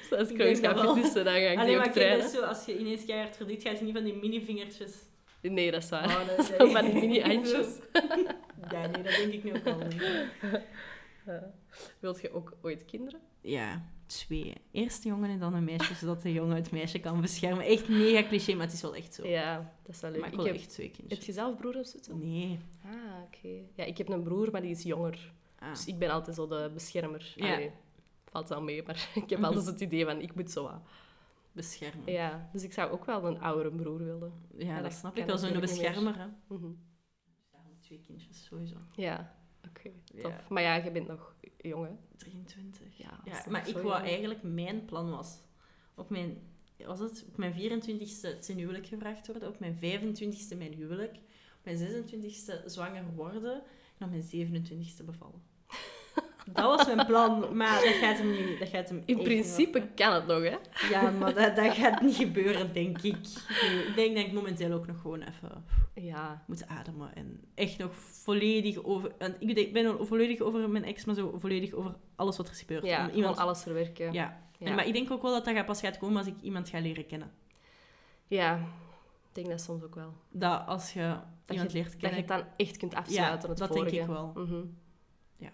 Speaker 3: Dus als ik
Speaker 2: Ik
Speaker 3: ooit
Speaker 2: denk
Speaker 3: ga
Speaker 2: dat wel.
Speaker 3: fitnessen, dan ga
Speaker 2: [LAUGHS]
Speaker 3: ik
Speaker 2: Alleen
Speaker 3: niet
Speaker 2: maar ik denk
Speaker 3: ook trainen.
Speaker 2: dat zo, als je ineens keihard verdient, ga je niet van die mini-vingertjes...
Speaker 3: Nee, dat is waar.
Speaker 2: Oh, [LAUGHS] dat is
Speaker 3: [LAUGHS] Zo van die
Speaker 2: [LAUGHS]
Speaker 3: mini-eindjes.
Speaker 2: Ja, nee, dat denk ik nu ook wel niet.
Speaker 3: Ja. Wilt je ook ooit kinderen?
Speaker 2: Ja, twee. Eerst een jongen en dan een meisje, zodat de jongen het meisje kan beschermen. Echt mega cliché, maar het is wel echt zo.
Speaker 3: Ja, dat is wel leuk.
Speaker 2: maar ik
Speaker 3: Ik
Speaker 2: wil
Speaker 3: heb,
Speaker 2: echt Mm. twee
Speaker 3: heb
Speaker 2: kindjes.
Speaker 3: je zelf broer of zo?
Speaker 2: Nee.
Speaker 3: Ah, oké. Ja, ik heb een broer, maar die is jonger.
Speaker 2: Ah.
Speaker 3: Dus ik ben altijd zo de beschermer.
Speaker 2: Ja.
Speaker 3: Allee, valt wel mee, maar [LAUGHS] ik heb altijd het idee van ik moet zo aan.
Speaker 2: Beschermen. Ja,
Speaker 3: Ja, dus ik zou ook wel een oudere broer willen. dat
Speaker 2: dat
Speaker 3: kan
Speaker 2: snap ik wel. Zo'n
Speaker 3: natuurlijk niet meer.
Speaker 2: beschermer, hè.
Speaker 3: Mhm.
Speaker 2: Daarom twee kindjes, sowieso.
Speaker 3: Ja, oké.
Speaker 2: Ja.
Speaker 3: tof. Maar ja, je bent nog jong, hè?
Speaker 2: 23.
Speaker 3: Ja, dat
Speaker 2: Ja,
Speaker 3: is
Speaker 2: maar
Speaker 3: nog
Speaker 2: ik
Speaker 3: zo
Speaker 2: wou
Speaker 3: jong.
Speaker 2: eigenlijk, mijn plan was, op mijn, was het, op mijn 24ste ten huwelijk gevraagd worden, op mijn 25ste mijn huwelijk, op mijn 26ste zwanger worden en op mijn 27ste bevallen.
Speaker 3: [LAUGHS]
Speaker 2: Dat was mijn plan, maar dat gaat hem niet. Dat gaat hem echt
Speaker 3: In
Speaker 2: niet
Speaker 3: principe kan het nog, hè?
Speaker 2: worden. Ja, maar dat, dat gaat niet gebeuren, denk ik. Nee, Ik denk dat ik momenteel ook nog gewoon even
Speaker 3: Ja.
Speaker 2: moet ademen. En echt nog volledig over... En ik denk- ik ben wel volledig over mijn ex, maar zo volledig over alles wat er is gebeurd.
Speaker 3: Ja,
Speaker 2: Om
Speaker 3: gewoon alles verwerken.
Speaker 2: Ja,
Speaker 3: Ja.
Speaker 2: en- maar ik denk ook wel dat dat gaat- pas gaat komen als ik iemand ga leren kennen.
Speaker 3: Ja, ik denk dat soms ook wel.
Speaker 2: Dat als je iemand
Speaker 3: je-
Speaker 2: leert
Speaker 3: Dat je
Speaker 2: kennen.
Speaker 3: het dan echt kunt
Speaker 2: ja,
Speaker 3: afsluiten,
Speaker 2: dat
Speaker 3: het vorige.
Speaker 2: denk ik wel.
Speaker 3: Mhm.
Speaker 2: Ja.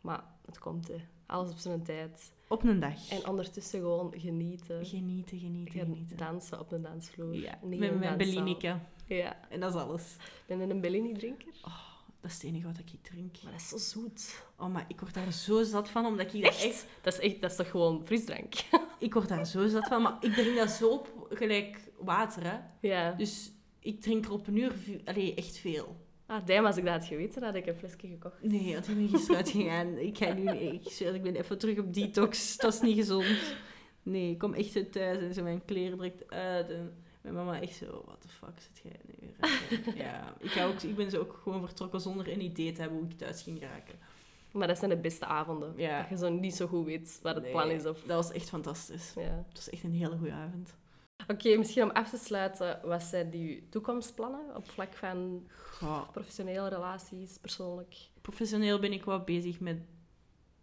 Speaker 3: Maar het komt, hè. Alles op zijn tijd.
Speaker 2: Op een dag.
Speaker 3: En ondertussen gewoon genieten.
Speaker 2: Genieten, genieten,
Speaker 3: Gaan
Speaker 2: genieten.
Speaker 3: dansen op de dansvloer.
Speaker 2: Ja,
Speaker 3: Niet
Speaker 2: met
Speaker 3: in
Speaker 2: mijn
Speaker 3: danszaal.
Speaker 2: Bellineke.
Speaker 3: Ja.
Speaker 2: En dat is alles.
Speaker 3: Ben je een Bellini-drinker?
Speaker 2: Dat is het enige wat ik drink.
Speaker 3: Maar dat is zo zoet.
Speaker 2: Oh, maar ik word daar zo zat van, omdat ik dat echt...
Speaker 3: Dat is, echt, dat is toch gewoon frisdrank?
Speaker 2: Ik word daar zo zat van, maar ik drink dat zo op gelijk water, hè.
Speaker 3: ja.
Speaker 2: Dus ik drink er op een uur vu- allee, echt veel.
Speaker 3: Ah, damn, als ik dat had geweten, had ik een flesje gekocht.
Speaker 2: Nee, had ik ben gisteren uitgegaan. Ik ga nu... Ik zweer, ik ben even terug op detox. Dat is niet gezond. Nee, ik kom echt zo thuis en zo mijn kleren direct uit. En mijn mama echt zo, what the fuck zit jij nu weer aan?"
Speaker 3: [LAUGHS]
Speaker 2: Ja, ik, ga ook, ik ben zo ook gewoon vertrokken zonder een idee te hebben hoe ik thuis ging raken.
Speaker 3: Maar dat zijn de beste avonden.
Speaker 2: Ja.
Speaker 3: Dat je zo niet zo goed weet wat het
Speaker 2: Nee,
Speaker 3: plan is. Of...
Speaker 2: Dat was echt fantastisch.
Speaker 3: Ja.
Speaker 2: Het was echt een hele goede avond.
Speaker 3: Oké, misschien om af te sluiten. Wat zijn die toekomstplannen op vlak van
Speaker 2: Goh,
Speaker 3: professionele relaties, persoonlijk?
Speaker 2: professioneel ben ik wel bezig met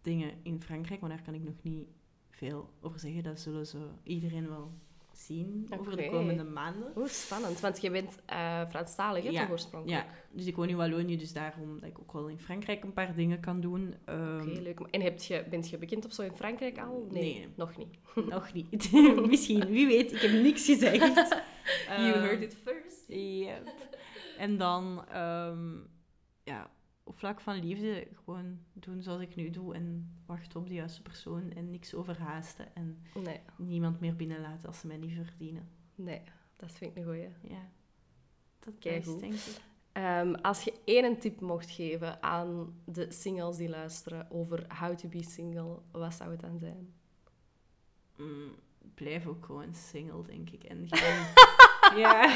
Speaker 2: dingen in Frankrijk, maar daar kan ik nog niet veel over zeggen. Dat zullen ze iedereen wel zien over de
Speaker 3: Oké.
Speaker 2: komende maanden.
Speaker 3: Oeh, spannend. Want je bent eh Franstalig, hè,
Speaker 2: Ja,
Speaker 3: toch oorspronkelijk?
Speaker 2: ja. Dus ik woon in Wallonië, dus daarom dat ik ook wel in Frankrijk een paar dingen kan doen. Ehm,
Speaker 3: Oké, leuk. En heb je, bent je bekend of zo in Frankrijk al? Nee,
Speaker 2: Nee.
Speaker 3: nog niet.
Speaker 2: [LAUGHS] Nog niet.
Speaker 3: [LAUGHS]
Speaker 2: Misschien, wie weet. Ik heb niks gezegd. Ehm,
Speaker 3: it first.
Speaker 2: yep. En dan, ehm, ja, op vlak van liefde gewoon doen zoals ik nu doe. En wachten op de juiste persoon en niks overhaasten. En
Speaker 3: Nee,
Speaker 2: niemand meer binnenlaten als ze mij niet verdienen.
Speaker 3: nee, dat vind ik een goeie.
Speaker 2: Ja. Dat
Speaker 3: Keigoed.
Speaker 2: is, denk ik.
Speaker 3: Ehm, als je één tip mocht geven aan de singles die luisteren over how to be single, wat zou het dan zijn?
Speaker 2: Mm, blijf ook gewoon single, denk ik.
Speaker 3: [LAUGHS]
Speaker 2: En ga... ja.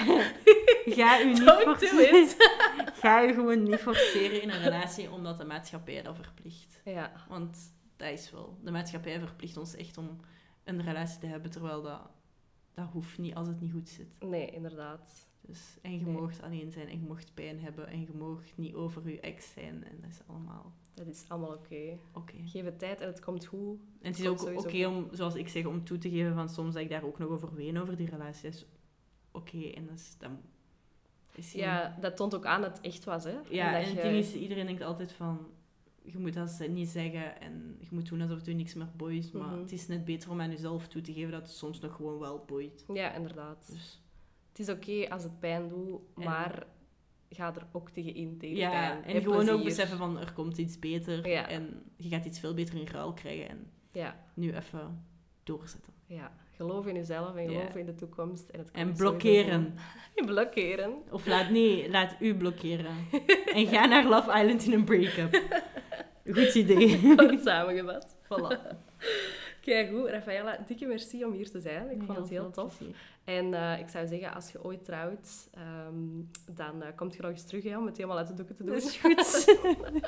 Speaker 2: ga u niet
Speaker 1: Don't do
Speaker 2: forceren.
Speaker 1: it.
Speaker 2: [LAUGHS] Ga je gewoon niet forceren in een relatie omdat de maatschappij dat verplicht.
Speaker 3: Ja,
Speaker 2: Want dat is wel... De maatschappij verplicht ons echt om een relatie te hebben, terwijl dat... Dat hoeft niet als het niet goed zit.
Speaker 3: nee, inderdaad.
Speaker 2: Dus, en je
Speaker 3: Nee.
Speaker 2: moogt alleen zijn en je moogt pijn hebben en je moogt niet over je ex zijn. En dat is allemaal
Speaker 3: Dat is allemaal oké.
Speaker 2: oké.
Speaker 3: Geef het tijd en het komt goed.
Speaker 2: En het is
Speaker 3: Klopt
Speaker 2: ook oké
Speaker 3: sowieso.
Speaker 2: om, zoals ik zeg, om toe te geven van soms dat ik daar ook nog over ween over die relatie. Dat is oké en dat is... Dat is geen-
Speaker 3: Ja, dat toont ook aan dat het echt was, hè?
Speaker 2: Ja, en,
Speaker 3: dat
Speaker 2: het
Speaker 3: je-
Speaker 2: ding is, iedereen denkt altijd van... Je moet dat ze- niet zeggen en je moet doen alsof het je niks meer boeit. Maar
Speaker 3: Mhm.
Speaker 2: het is net beter om aan jezelf toe te geven dat het soms nog gewoon wel boeit.
Speaker 3: Ja, inderdaad.
Speaker 2: Dus,
Speaker 3: Het is oké als het pijn doet,
Speaker 2: En-
Speaker 3: maar ga er ook tegen in, tegen de pijn.
Speaker 2: ja, en
Speaker 3: Heb
Speaker 2: gewoon ook
Speaker 3: plezier.
Speaker 2: beseffen van er komt iets beter.
Speaker 3: Ja.
Speaker 2: En je gaat iets veel beter in ruil krijgen. En
Speaker 3: Ja,
Speaker 2: nu even doorzetten.
Speaker 3: ja, geloof in jezelf en
Speaker 2: Ja.
Speaker 3: geloof in de toekomst. En, het
Speaker 2: En
Speaker 3: komt sowieso
Speaker 2: blokkeren.
Speaker 3: goed.
Speaker 2: [LAUGHS]
Speaker 3: blokkeren.
Speaker 2: Of laat, nee, laat u
Speaker 3: [LAUGHS]
Speaker 2: blokkeren. En ga naar Love Island in een break-up. Goed idee.
Speaker 3: Kort samengevat.
Speaker 2: Voilà.
Speaker 3: Kijk goed, Rafaela, dikke merci om hier te zijn. Ik vond het heel tof. En eh, ik zou zeggen, als je ooit trouwt, ehm, dan eh komt je nog eens terug hè, om het helemaal uit de doeken te doen.
Speaker 2: Dat is goed.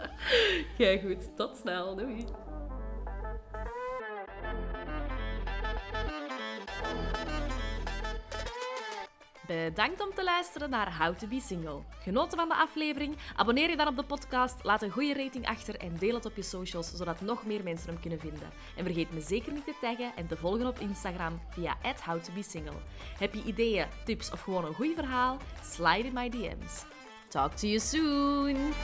Speaker 3: [LAUGHS] Kijk goed, tot snel. Doei.
Speaker 1: Bedankt om te luisteren naar How to Be Single. Genoten van de aflevering? Abonneer je dan op de podcast, laat een goede rating achter en deel het op je socials, zodat nog meer mensen hem kunnen vinden. En vergeet me zeker niet te taggen en te volgen op Instagram via @howtobesingle. Heb je ideeën, tips of gewoon een goed verhaal? Slide in my DM's. Talk to you soon!